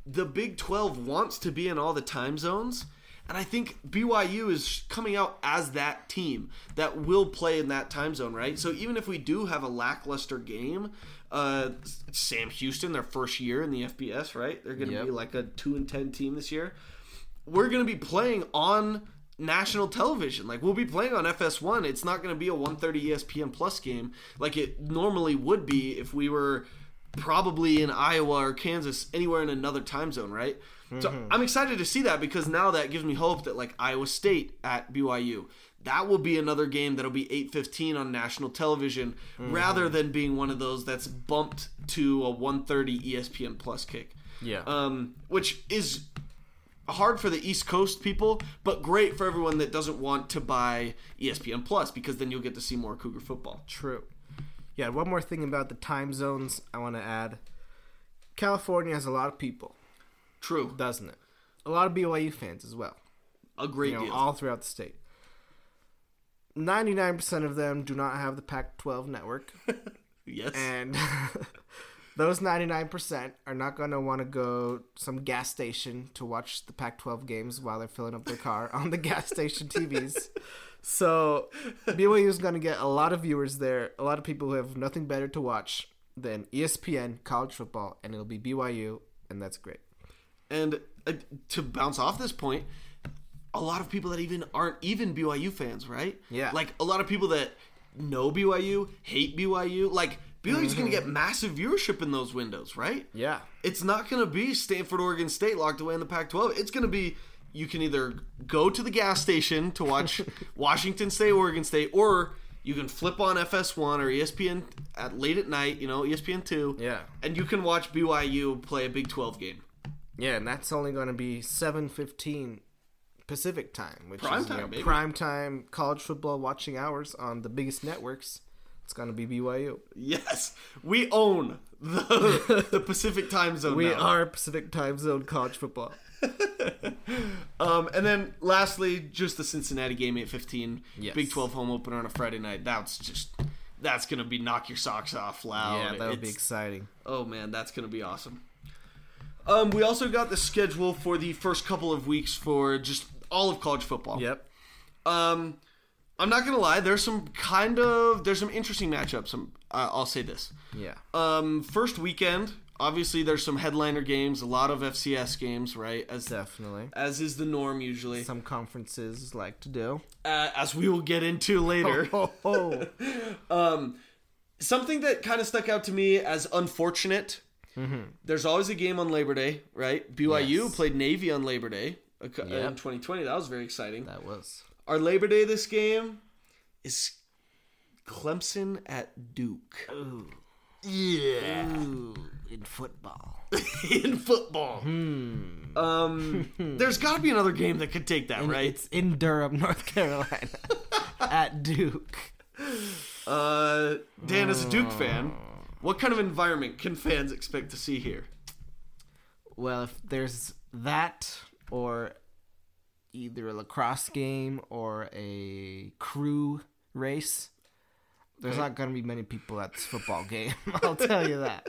the Big 12 wants to be in all the time zones. And I think BYU is coming out as that team that will play in that time zone, right? So even if we do have a lackluster game, uh, Sam Houston, their first year in the FBS, right? They're going to Yep. be like a two and ten team this year we're going to be playing on national television. Like we'll be playing on FS1. It's not going to be a E 1:30 ESPN Plus game like it normally would be if we were probably in Iowa or Kansas anywhere in another time zone, right? So I'm excited to see that because now that gives me hope that like Iowa State at BYU that will be another game that'll be 8:15 on national television rather than being one of those that's bumped to a E 1:30 ESPN Plus kick Yeah. um, which is hard for the East Coast people, but great for everyone that doesn't want to buy E ESPN Plus because then you'll get to see more Cougar football. True. Yeah, one more thing about the time zones I want to add. California has a lot of people, True, doesn't it? A lot of BYU fans as well, a great you know, deal. all throughout the state. 99% of them do not have the Pac 12 network, yes, and those 99% are not going to want to go some gas station to watch the Pac 12 games while they're filling up their car on the gas station TVs. So BYU is going to get a lot of viewers there, a lot of people who have nothing better to watch than E ESPN college football, and it'll be BYU, and that's great. and uh, to bounce off this point, a lot of people that even aren't even BYU fans, right? Yeah. Like a lot of people that know BYU, hate BYU. Like BYU's Mm-hmm. going to get massive viewership in those windows, right? Yeah. It's not going to be Stanford, Oregon State locked away in the Pac-12. It's going to be you can either go to the gas station to watch Washington State, Oregon State, or you can flip on FS1 or E ESPN at late at night, you know, E ESPN two. Yeah. and you can watch BYU play a Big Twelve game. Yeah, and that's only going to be 7:15 Pacific time, which Prime is you time, know, baby. prime time college football watching hours on the biggest networks. It's going to be BYU. Yes, we own the, the Pacific time zone. We now. are Pacific time zone college football. Um, and then lastly, just the Cincinnati game, eight fifteen, Yes. Big Twelve home opener on a Friday night. That's just that's gonna be knock your socks off loud. yeah, that would be It's- exciting. Oh man, that's gonna be awesome. Um, we also got the schedule for the first couple of weeks for just all of college football. Yep. Um, I'm not gonna lie, there's some kind of there's some interesting matchups. Some uh, I'll say this. Yeah. Um, first weekend, obviously there's some headliner games, a lot of FCS games, right? As Definitely. as is the norm usually, Some conferences like to do. uh, as we will get into later. Oh, oh. something that kind of stuck out to me as unfortunate. There's always a game on Labor Day, right? BYU Mm-hmm. Yes. played Navy on Labor Day uh, in Yep. 2020. That was very exciting. that was. Our Labor Day this game is Clemson at Duke In football. in football. Hmm. Um, there's got to be another game that could take that, right? It's in Durham, North Carolina, at Duke. Uh, Dan, as a Duke Oh. fan, what kind of environment can fans expect to see here? Well, if there's that or either a lacrosse game or a crew race, there's not going to be many people at this football game. I'll tell you that.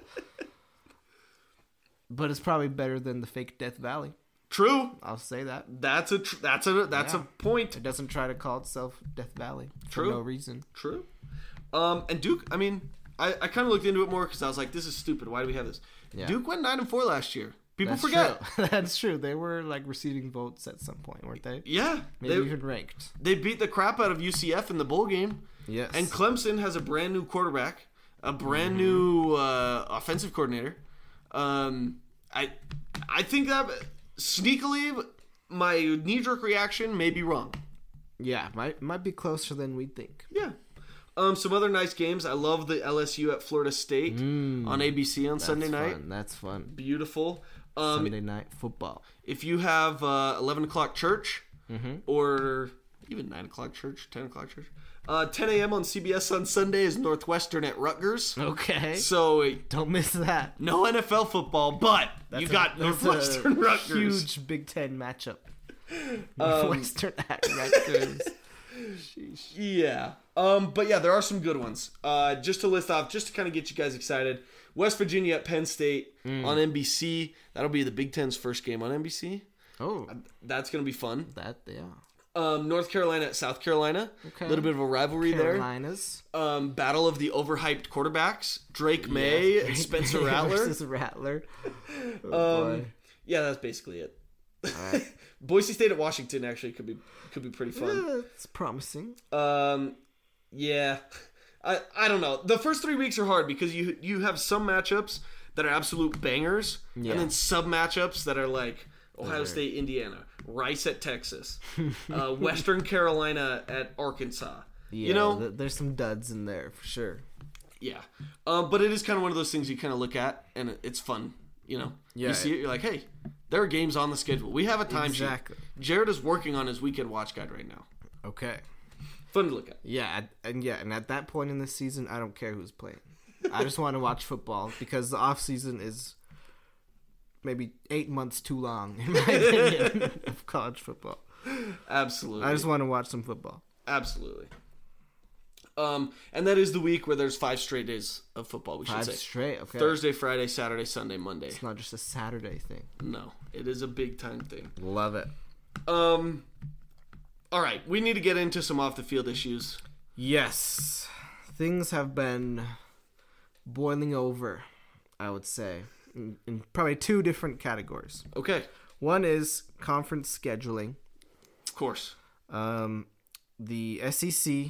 But it's probably better than the fake Death Valley. True. I'll say that. That's a tr- that's a that's Yeah. a point. It doesn't try to call itself Death Valley True. for no reason. True. Um, and Duke, I mean, I, I kind of looked into it more because I was like, this is stupid. Why do we have this? Yeah. Duke went nine and four last year. People That's forget. True. That's true. They were like receiving votes at some point, weren't they? Yeah, Maybe they, even ranked. they beat the crap out of UCF in the bowl game, Yes. Mm-hmm. and Clemson has a brand new quarterback, a brand new uh, offensive coordinator. Um, I I think that sneakily, my knee jerk reaction may be wrong. yeah, might might be closer than we think. Yeah. Um, some other nice games. I love the LSU at Florida State on ABC on Sunday Mm. That's night. Fun. That's fun. beautiful. Um, Sunday night football. if you have uh, 11 o'clock church Mm-hmm. or even 9 o'clock church, 10 o'clock church, uh, 10 a.m. on CBS on Sunday is Northwestern at Rutgers. Okay. So Don't miss that. no NFL football, but you That's a- got that's a Northwestern Rutgers. Um, Huge Big Ten matchup. Northwestern at Rutgers. Yeah. Um, but yeah, there are some good ones. Uh, just to list off, just to kind of get you guys excited. West Virginia at Penn State Mm. on NBC. That'll be the Big Ten's first game on NBC. Oh, That's going to be fun. that yeah. Um, North Carolina at South Carolina. Okay. A little bit of a rivalry Carolinas there. Um, battle of the overhyped quarterbacks. Drake May and Spencer Rattler. Um, versus Rattler. Oh, boy. Yeah, that's basically it. Boise State at Washington actually could be could be pretty fun. Eh, it's promising. Um, yeah, I I don't know. The first three weeks are hard because you you have some matchups that are absolute bangers, Yeah. and then sub matchups that are like Ohio State, Indiana, Rice at Texas, uh, Western Carolina at Arkansas. Yeah, you know, th- there's some duds in there for sure. Yeah, um, but it is kind of one of those things you kind of look at, and it- it's fun. You know, Yeah. you see it, you're like, hey, there are games on the schedule. We have a time Exactly. sheet. Jared is working on his weekend watch guide right now. Okay. Fun to look at. Yeah, at- and yeah, and at that point in the season, I don't care who's playing. I just want to watch football because the off season is maybe eight months too long in my opinion of college football. Absolutely, I just want to watch some football. absolutely. Um, and that is the week where there's five straight days of football. We should Five say straight. Okay, Thursday, Friday, Saturday, Sunday, Monday. It's not just a Saturday thing. No, it is a big time thing. Love it. Um, all right, we need to get into some off the field issues. Yes, things have been boiling over. I would say in, in probably two different categories. Okay, One is conference scheduling, course. Um, the SEC.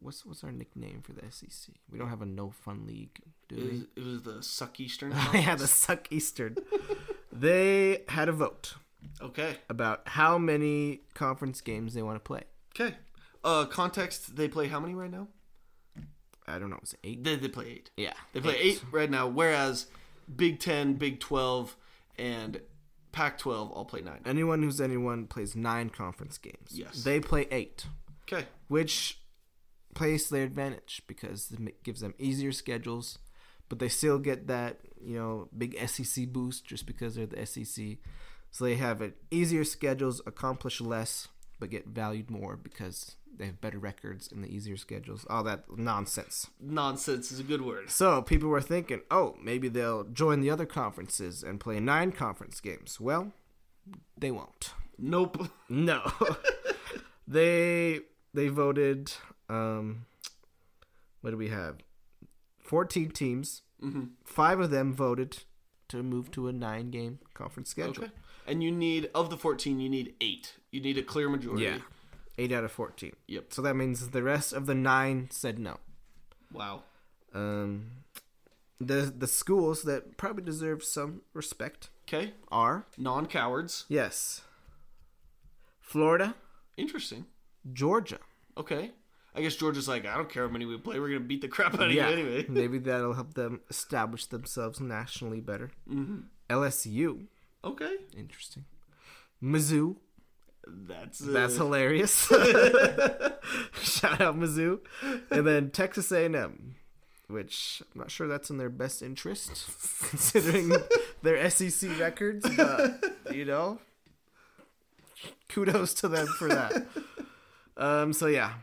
What's what's our nickname for the SEC? We don't have a no fun league, do It was, we? it was the Suck Eastern. yeah, the Suck Eastern. they had a vote okay. about how many conference games they want to play. Okay. Uh, context: They play how many right now? I don't know, it was eight. They, they play eight. Yeah, They play eight. right now, whereas Big Ten, Big Twelve, and Pac-12 all play nine. Anyone who's anyone plays nine conference games. Yes. they play eight. Okay. which plays to their advantage because it gives them easier schedules, but they still get that you know big SEC boost just because they're the SEC. So they have an easier schedules, accomplish less, but get valued more because they have better records and the easier schedules. All that nonsense. Nonsense is a good word. So people were thinking, oh, maybe they'll join the other conferences and play nine conference games. Well, they won't. Nope. No. they they voted um what do we have? 14 teams. Mm-hmm. 5 of them voted to move to a 9 game conference schedule. Okay. And you need of the fourteen, you need eight. You need a clear majority. Yeah. 8 out of 14. Yep. So that means the rest of the 9 said no. Wow. Um the the schools that probably deserve some respect Okay. are Non-cowards. yes. Florida, Interesting. Georgia. Okay. I guess Georgia's like, I don't care how many we play. We're gonna beat the crap out of you anyway. maybe that'll help them establish themselves nationally better. LSU, Okay. interesting. Mizzou, That's that's uh, hilarious. Shout out Mizzou, and then Texas A&M, which I'm not sure that's in their best interest considering their SEC records. But you know, kudos to them for that. Um, so yeah,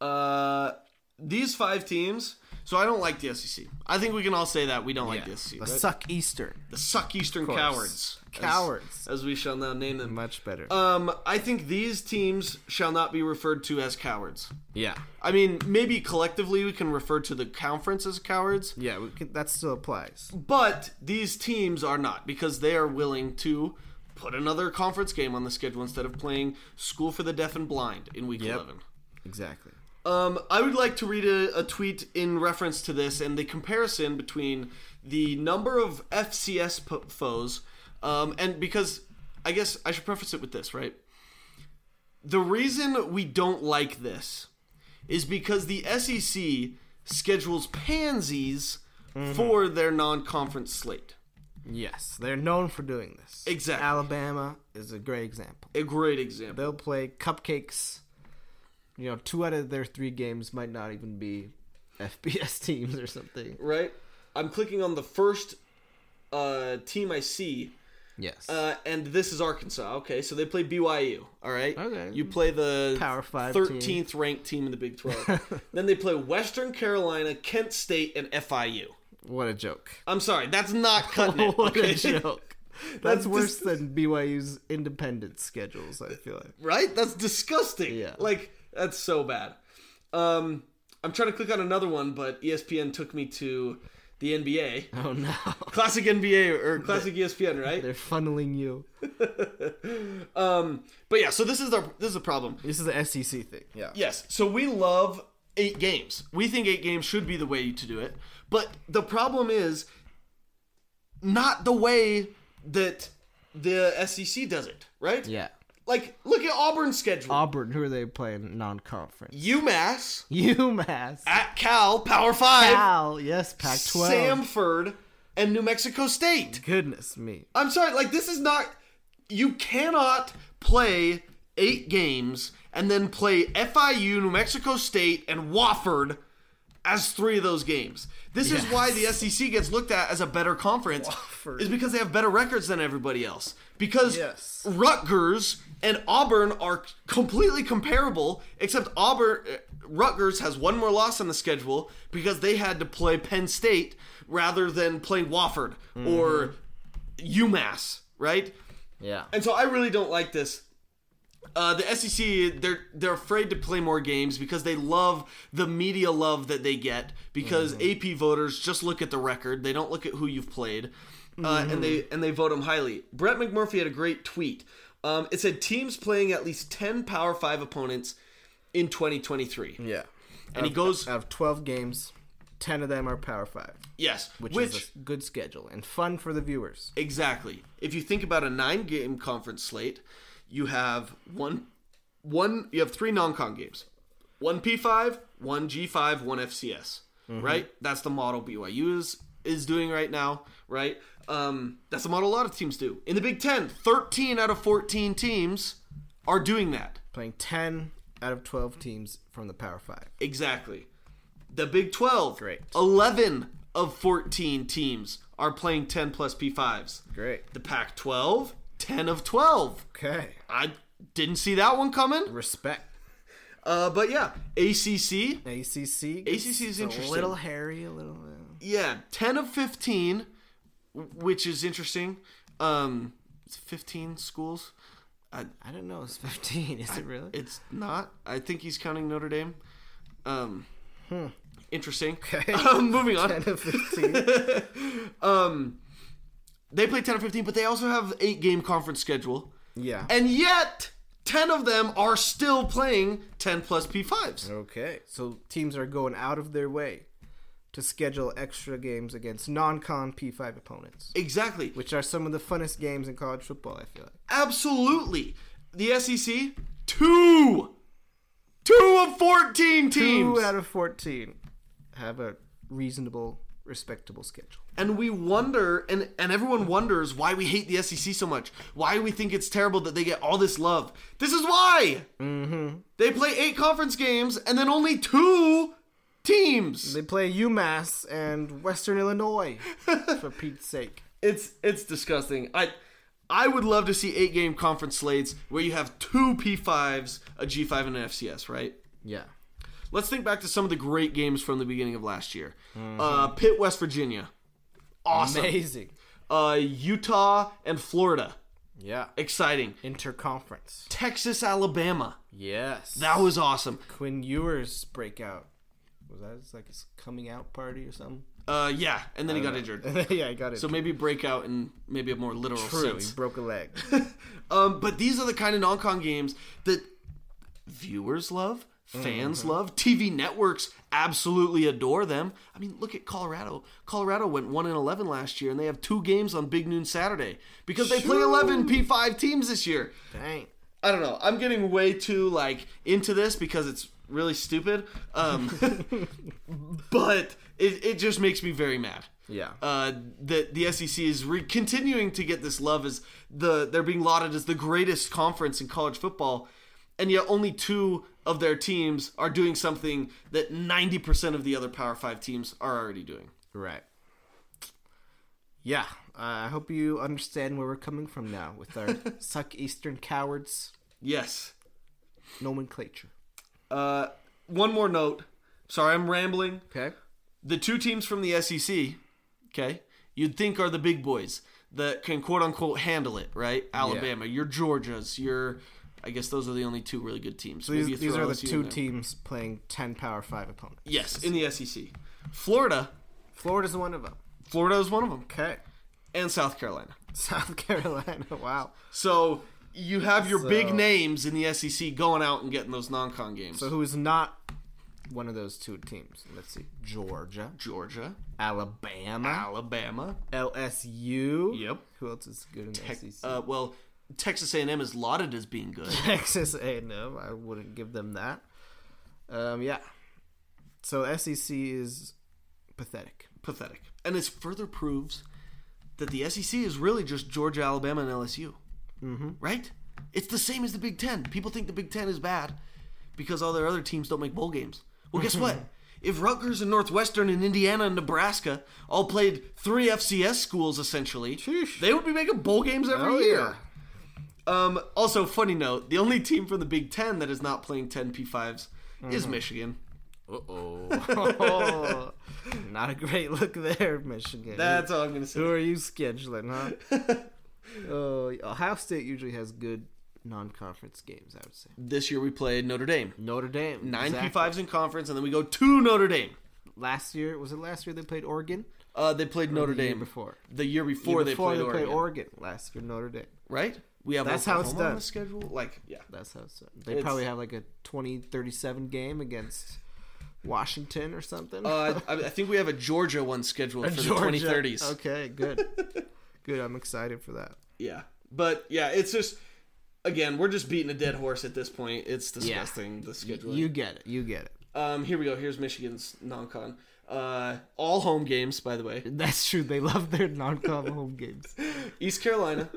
Uh, these five teams. So I don't like the SEC. I think we can all say that we don't like the SEC. the right? suck Eastern, the suck Eastern course. cowards. as- cowards, as, we shall now name them. much better. Um, I think these teams shall not be referred to as cowards. yeah. I mean, maybe collectively we can refer to the conference as cowards, Yeah, we can, that still applies. but these teams are not because they are willing to put another conference game on the schedule instead of playing school for the deaf and blind in week 11. Exactly. Um, I would like to read a, a tweet in reference to this and the comparison between the number of FCS po- foes, um, and because I guess I should preface it with this, right? The reason we don't like this is because the SEC schedules pansies for their non conference slate. Yes, they're known for doing this. Exactly. Alabama is a great example. A great example. They'll play cupcakes. You know, two out of their three games might not even be FBS teams or something. Right? I'm clicking on the first uh, team I see. Yes. Uh, and this is Arkansas. Okay, so they play BYU. All right. Okay. You play the Power five team. thirteenth ranked team in the Big Twelve. then they play Western Carolina, Kent State, and FIU. what a joke. I'm sorry, that's not cutting it. what okay? a joke. That's, That's worse just- than BYU's independent schedules, I feel like. right? That's disgusting. Yeah. Like that's so bad. Um, I'm trying to click on another one, but E ESPN took me to the NBA. Oh no. Classic NBA or classic E ESPN, right? They're funneling you. Um, but yeah, so this is the this is a problem. This is the SEC thing. Yeah. Yes. So we love eight games. We think eight games should be the way to do it. But the problem is not the way that the SEC does it, right? Yeah. Like, look at Auburn's schedule. Auburn, who are they playing non conference? UMass, UMass. at Cal, Power Five, Cal, yes, Pac 12. Samford, and New Mexico State. Goodness me. I'm sorry, like this is not you cannot play eight games and then play FIU, New Mexico State, and Wofford as three of those games. This is why the SEC gets looked at as a better conference Wofford. is because they have better records than everybody else. Because Yes. Rutgers and Auburn are completely comparable, except Auburn uh, Rutgers has one more loss on the schedule because they had to play Penn State rather than playing Wofford or UMass, right? Yeah. And so I really don't like this. Uh, the SEC, they're they're afraid to play more games because they love the media love that they get because Mm-hmm. AP voters just look at the record; they Mm-hmm. don't look at who you've played, uh, and they and they vote them highly. Brett McMurphy had a great tweet. Um, it said teams playing at least 10 Power 5 opponents in 2023. Yeah. Uh, And he goes, I have 12 games. 10 of them are Power 5, yes, which, is a good schedule and fun for the viewers. Exactly. If you think about a nine game conference slate, you have one one you have three non con games. One P five, one G five, one FCS. Mm-hmm. Right? That's the model BYU is is doing right now, right? Um, that's the model a lot of teams do. In the Big Ten, thirteen out of fourteen teams are doing that. Playing 10 out of 12 teams from the Power 5. Exactly. The Big 12, Great. 11 of 14 teams are playing 10 plus P5s. Great. The Pac 12, 10 of 12. Okay. I didn't see that one coming. Respect. Uh, but yeah, ACC, ACC. ACC is a interesting. little hairy, a little. uh, yeah, 10 of 15, which is interesting. Um, it's 15 schools. I don't know. It's 15. Is it really? It's not. I think he's counting Notre Dame. Um, Interesting. Okay. Um, moving on. 10 of 15. They play 10 or 15, but they also have eight game conference schedule. yeah. And yet, 10 of them are still playing 10 plus P5s. Okay. So teams are going out of their way to schedule extra games against non-con P5 opponents, Exactly. which are some of the funnest games in college football, I feel like. Absolutely. The SEC, two. Two of 14 teams. Two out of 14 have a reasonable, respectable schedule. and we wonder, and, and everyone wonders why we hate the SEC so much. Why we think it's terrible that they get all this love. This is why. Mm-hmm. They play eight conference games and then only two teams. They play UMass and Western Illinois, for Pete's sake. It's it's disgusting. I I would love to see eight game conference slates where you have two P5s, a G5, and an FCS, right? Yeah. Let's think back to some of the great games from the beginning of last year. Mm-hmm. Uh, Pitt, West Virginia. Awesome. Amazing. Uh, Utah and Florida. Yeah. Exciting. Interconference. Texas, Alabama. Yes. That was awesome. Quinn Ewers breakout. Was that his, like his coming out party or something? Uh, yeah, and then he got injured. yeah, I got it. So maybe breakout in maybe a more literal True, sense. he broke a leg. Um, but these are the kind of non-con games that viewers love, fans love, TV networks absolutely adore them. I mean, look at Colorado. Colorado went one and eleven last year, and they have two games on Big Noon Saturday because they play eleven P five teams this year. Dang. I don't know. I'm getting way too like into this because it's really stupid. Um, but it, it just makes me very mad Yeah. uh, that the SEC is re- continuing to get this love as the they're being lauded as the greatest conference in college football, and yet only two of their teams are doing something that ninety percent of the other Power Five teams are already doing. right. Yeah. uh, I hope you understand where we're coming from now with our suck Eastern cowards Yes. nomenclature. Uh, one more note. Sorry, I'm rambling. Okay. The two teams from the SEC, okay, you'd think are the big boys that can quote unquote handle it, right? Alabama, your Georgias, your. I guess those are the only two really good teams. Maybe you These, these throw are the LSU in two there. teams playing 10 Power 5 opponents. Yes, in the SEC. Florida, Florida's one of them. Florida is one of them, Okay. and South Carolina. South Carolina. Wow. So you have your big So- names in the SEC going out and getting those non-con games. So who is not one of those two teams? Let's see. Georgia, Georgia, Alabama, Alabama. LSU. Yep. Who else is good in E the Tec- SEC? uh, well, Texas A&M is lauded as being good. Texas A&M. I wouldn't give them that. Um, yeah. So SEC is pathetic. Pathetic. And this further proves that the SEC is really just Georgia, Alabama, and LSU. Mm-hmm. Right? It's the same as the Big Ten. People think the Big Ten is bad because all their other teams don't make bowl games. Well, guess what? If Rutgers and Northwestern and Indiana and Nebraska all played three FCS schools essentially, Sheesh. they would be making bowl games every Oh, year. yeah. Um, also, funny note: the only team from the Big Ten that is not playing 10 P5s is Michigan. Oh, not a great look there, Michigan. That's all I'm gonna say. who are you scheduling, huh? oh, Ohio State usually has good non-conference games. I would say This year we played Notre Dame. Notre Dame Nine exactly. P5s in conference, and then we go to Notre Dame. Last year was it last year they played Oregon? Uh, they played Notre the year Dame before. The year before, Year they before played Oregon, Oregon last year Notre Dame. right? We have That's how it's Oklahoma on done. the schedule. Like, yeah, That's how it's done. They It's- probably have like a 20 37 game against Washington or something. uh, I, I think we have a Georgia one scheduled for Georgia. the 2030s. Okay, good. good. I'm excited for that. Yeah, but yeah, it's just again we're just beating a dead horse at this point. It's disgusting the scheduling. You get it. You get it. um, here we go. Here's Michigan's non-con. Uh, all home games, by the way. That's true. They love their non-con home games. East Carolina,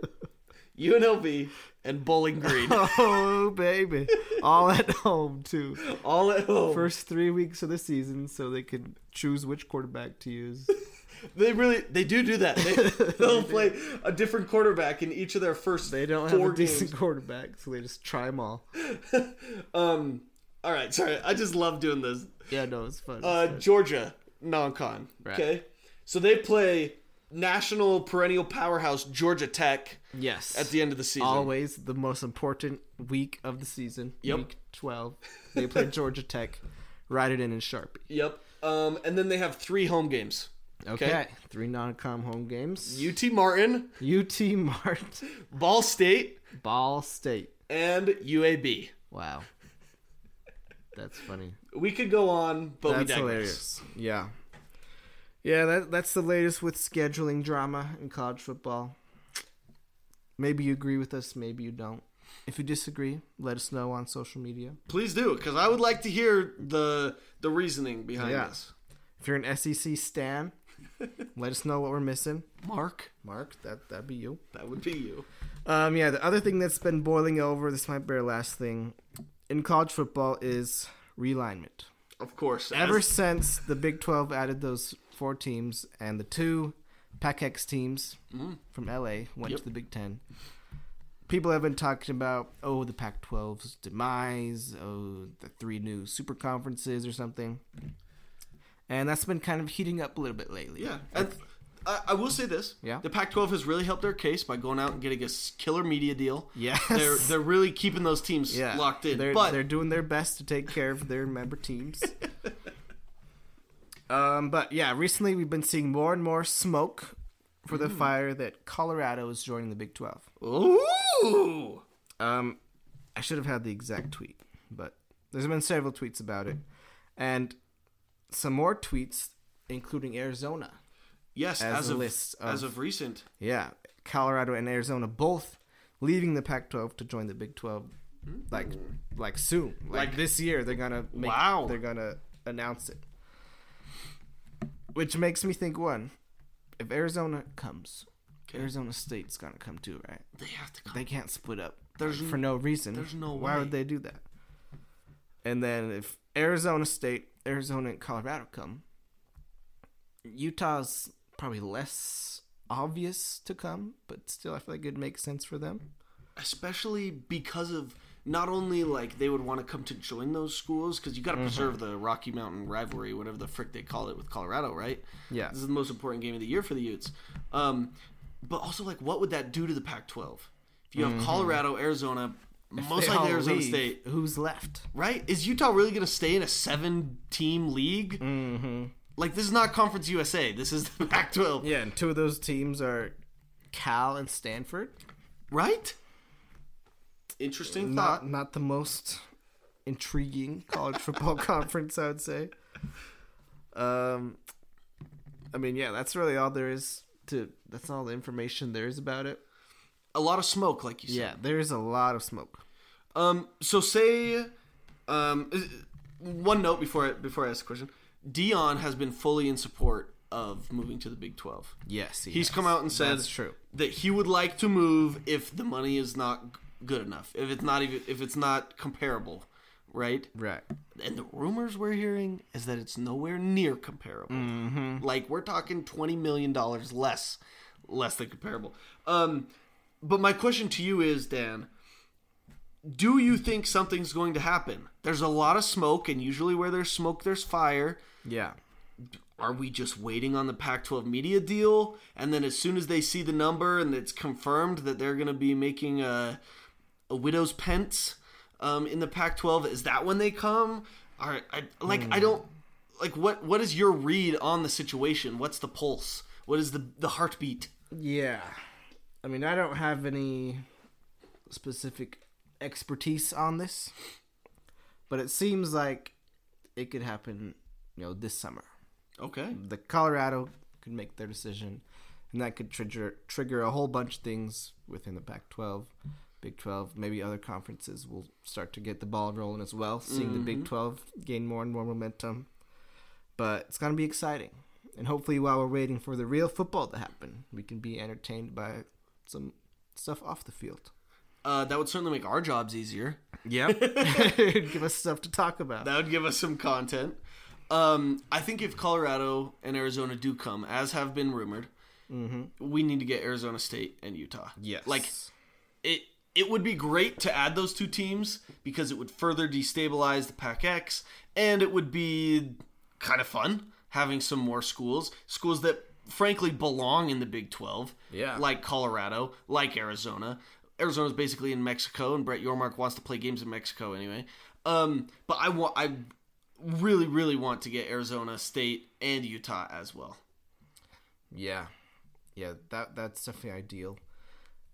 UNLV, and Bowling Green. Oh baby, all at home too. all at home. First three weeks of the season, so they can choose which quarterback to use. They really they do do that. They, they'll play a different quarterback in each of their first. They don't have four a decent games. quarterback, so they just try them all. Um. All right. Sorry. I just love doing this. Yeah, no, it's fun. It's Uh, fun. Georgia non-con. Right. Okay. So they play national perennial powerhouse Georgia Tech yes, at the end of the season. always the most important week of the season. Yep. Week twelve, they play Georgia Tech. Write it in in Sharpie. Yep. Um. And then they have three home games. Okay, three non-com home games. UT Martin, UT Mart, Ball State, Ball State. and UAB. Wow, that's funny. We could go on, but we That's digress. hilarious. Yeah. Yeah, that that's the latest with scheduling drama in college football. Maybe you agree with us, maybe you don't. If you disagree, let us know on social media. Please do, because I would like to hear the the reasoning behind Yeah. this. If you're an SEC stan, let us know what we're missing. Mark, Mark, that that'd be you. that would be you. Um, yeah, the other thing that's been boiling over, this might be our last thing, in college football is realignment. Of course. Ever as- since the Big 12 added those four teams and the two Pac X teams Mm. from LA went to the Big 10, people have been talking about, oh, the Pac 12's demise, oh, the three new super conferences or something. And that's been kind of heating up a little bit lately. yeah. And I, I will say this. Yeah. The Pac-12 has really helped their case by going out and getting a s- killer media deal. Yes. They're they're really keeping those teams Yeah. locked in. They're, but they're doing their best to take care of their member teams. um, but yeah, recently we've been seeing more and more smoke for Hmm. the fire that Colorado is joining the Big 12. ooh, Um, I should have had the exact tweet, but there's been several tweets about it, and some more tweets, including Arizona. yes, as, As a of list of- as of recent. Yeah, Colorado and Arizona both leaving the Pac-12 to join the Big 12, like like soon, like, Like- this year. They're gonna make, Wow. They're gonna announce it, which makes me think one, if Arizona comes. Arizona State's gonna come too, right? They have to come. They can't split up There's for no reason. there's no Why way. would they do that? And then if Arizona State, Arizona, and Colorado come, Utah's probably less obvious to come, but still, I feel like it makes sense for them. especially because of not only like they would want to come to join those schools because you got to Mm-hmm. preserve the Rocky Mountain rivalry, whatever the frick they call it with Colorado, right? Yeah. this is the most important game of the year for the Utes. Um, but also, like, what would that do to the Pac-12 if you have Colorado, Arizona, most Mm-hmm. They likely all Arizona leave, State, Who's left? right? Is Utah really going to stay in a seven-team league? Mm-hmm. Like, this is not Conference USA. This is the Pac-12, Yeah, and two of those teams are Cal and Stanford. right? Interesting thought. Not not the most intriguing college football conference, I would say. Um, I mean, yeah, that's really all there is to. That's all the information there is about it. A lot of smoke, like you said. Yeah, there is a lot of smoke. Um, so say, um, is- one note before I, before I ask the question, Dion has been fully in support of moving to the Big Twelve. Yes, he He's has. come out and said That's true. that he would like to move if the money is not g- good enough, if it's not even if it's not comparable, right? Right. And the rumors we're hearing is that it's nowhere near comparable. Mm-hmm. Like we're talking twenty million dollars less, less than comparable. Um, but my question to you is, Dan, do you think something's going to happen? There's a lot of smoke, and usually where there's smoke, there's fire. Yeah. Are we just waiting on the Pac-12 media deal, and then as soon as they see the number and it's confirmed that they're going to be making a, a widow's pence um, in the Pac-12, is that when they come? Are I, like I don't like what what is your read on the situation? What's the pulse? What is the the heartbeat? Yeah. I mean, I don't have any specific expertise on this, but it seems like it could happen, you know, this summer. Okay. The Colorado could make their decision, and that could trigger trigger a whole bunch of things within the Pac-12, Big 12. Maybe other conferences will start to get the ball rolling as well, seeing the Mm-hmm. Big 12 gain more and more momentum. But it's gonna be exciting, and hopefully, while we're waiting for the real football to happen, we can be entertained by some stuff off the field. Uh, that would certainly make our jobs easier. Yep. Give us stuff to talk about. That would give us some content. Um, I think if Colorado and Arizona do come, as have been rumored, we need to get Arizona State and Utah. Yes. Like it it would be great to add those two teams because it would further destabilize the Pac X and it would be kind of fun having some more schools. Schools that frankly belong in the Big Twelve. Yeah. Like Colorado, like Arizona. Arizona's basically in Mexico and Brett Yormark wants to play games in Mexico anyway. Um, but I want I really, really want to get Arizona State and Utah as well. Yeah, yeah, that that's definitely ideal.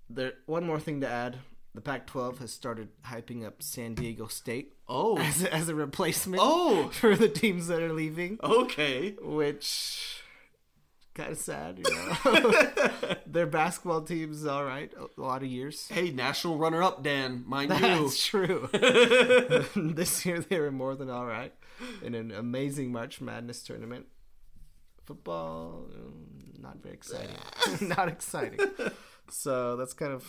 There, one more thing to add: the Pac-12 has started hyping up San Diego State Oh. as as a replacement Oh. for the teams that are leaving, Okay. which kind of sad. You know, their basketball team's all right, a lot of years. Hey, national runner-up, Dan. Mind you. That's true. this year they were more than all right in an amazing March Madness tournament. Football, mm, not very exciting. not exciting. So that's kind of,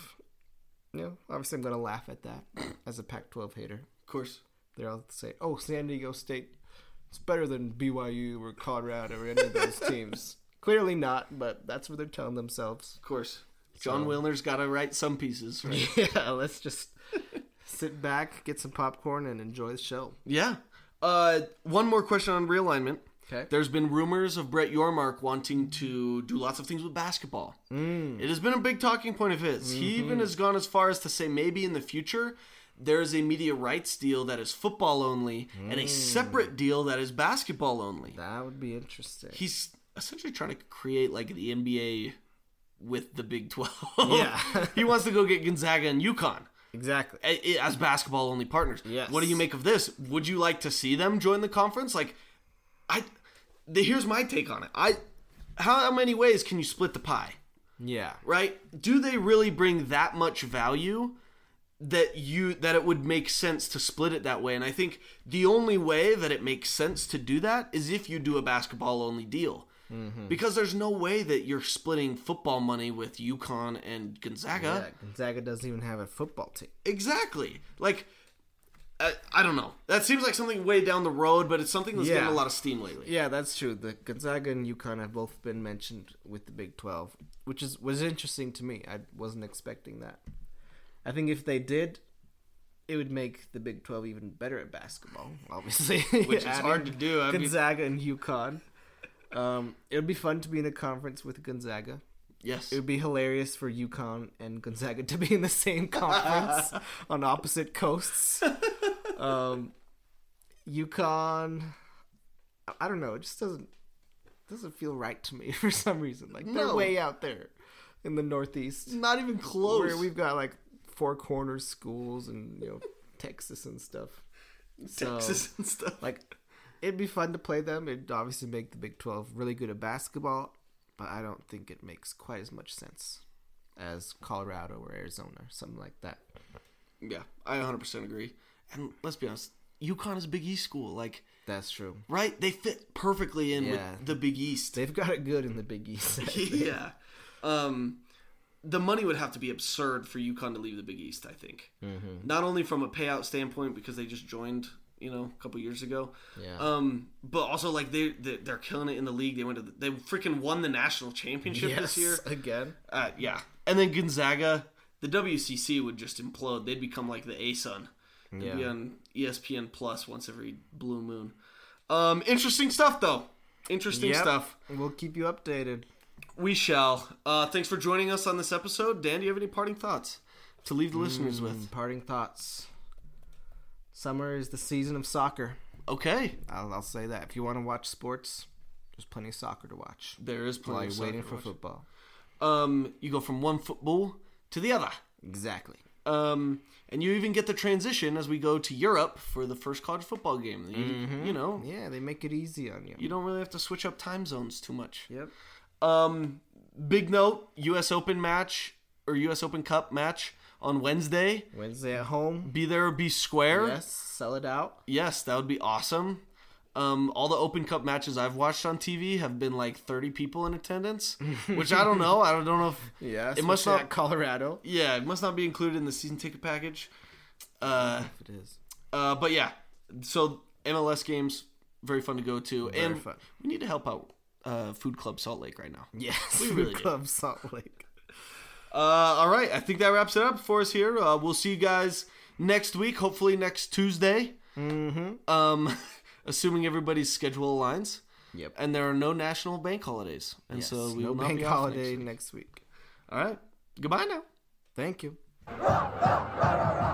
you know, obviously I'm going to laugh at that as a Pac 12 hater. Of course. They're all say, oh, San Diego State, it's better than BYU or Colorado or any of those teams. Clearly not, but that's what they're telling themselves. Of course. John So- Wilner's got to write some pieces, right? Yeah, let's just sit back, get some popcorn, and enjoy the show. yeah. Uh, one more question on realignment. Okay. There's been rumors of Brett Yormark wanting to do lots of things with basketball. Mm. It has been a big talking point of his. He Mm-hmm. even has gone as far as to say maybe in the future there is a media rights deal that is football only and a separate deal that is basketball only. Mm. That would be interesting. he's essentially trying to create like the NBA with the Big Twelve. Yeah. he wants to go get Gonzaga and UConn Exactly. a- i- as basketball only partners. Yes. What do you make of this? Would you like to see them join the conference? Like, I the, here's my take on it. I how many ways can you split the pie? Yeah. Right? Do they really bring that much value? that you that it would make sense to split it that way and i think the only way that it makes sense to do that is if you do a basketball only deal because there's no way that you're splitting football money with yukon and gonzaga Yeah, Gonzaga doesn't even have a football team. exactly like I, I don't know that seems like something way down the road but it's something that's getting Yeah. a lot of steam lately Yeah, that's true. The Gonzaga and UConn have both been mentioned with the Big Twelve, which is was interesting to me. I wasn't expecting that. I think if they did, it would make the Big Twelve even better at basketball. Obviously, which is hard to do I mean, Gonzaga and UConn. Um, it would be fun to be in a conference with Gonzaga. yes It would be hilarious for UConn and Gonzaga to be in the same conference on opposite coasts. Um, UConn, I- I don't know. It just doesn't doesn't feel right to me for some reason. Like they're No. way out there in the Northeast, not even close where we've got like four corners schools and you know Texas and stuff. So, texas and stuff like it'd be fun to play them. It'd obviously make the Big Twelve really good at basketball, but I don't think it makes quite as much sense as Colorado or Arizona, something like that. yeah i 100% agree and let's be honest yukon is a big east school like That's true. Right? They fit perfectly in Yeah. with the Big East. They've got it good in the Big East. yeah. Um, the money would have to be absurd for UConn to leave the Big East, I think. Mm-hmm. Not only from a payout standpoint because they just joined, you know, a couple years ago. Yeah. Um, but also like they, they they're killing it in the league. They went to the, they freaking won the national championship yes, this year. again. Uh, yeah. And then Gonzaga, the WCC would just implode. They'd become like the A Sun. They'd be Yeah. on E ESPN Plus once every blue moon. Um, interesting stuff, though. Interesting Yep. stuff. We'll keep you updated. We shall. Uh, thanks for joining us on this episode. Dan, do you have any parting thoughts to leave the listeners with? Parting thoughts. Summer is the season of soccer. Okay. I'll, I'll say that. If you want to watch sports, there's plenty of soccer to watch. There is While plenty you're of waiting soccer for to watch. football. Um, you go from one football to the other. Exactly. Um, and you even get the transition as we go to Europe for the first college football game. You, you know, Mm-hmm. Yeah, they make it easy on you. you don't really have to switch up time zones too much. Yep. Um, big note: U.S. Open match or U.S. Open Cup match on Wednesday. Wednesday at home. Be there or be square. Yes, sell it out. Yes, that would be awesome. Um, all the Open Cup matches I've watched on TV have been like 30 people in attendance, which I don't know. I don't know if Yes, It must we'll say not- at Colorado. yeah, it must not be included in the season ticket package. Uh, If it is. uh, but yeah, so MLS games very fun to go to, and fun. we need to help out uh, Food Club Salt Lake right now. Yes, We really do. Club Salt Lake. Uh, all right, I think that wraps it up for us here. Uh, we'll see you guys next week, hopefully next Tuesday. Mm-hmm. Um, assuming everybody's schedule aligns. Yep. And there are no national bank holidays, and Yes, so we no will not bank be off holiday next week. next week. All right, goodbye now. Thank you. Rock,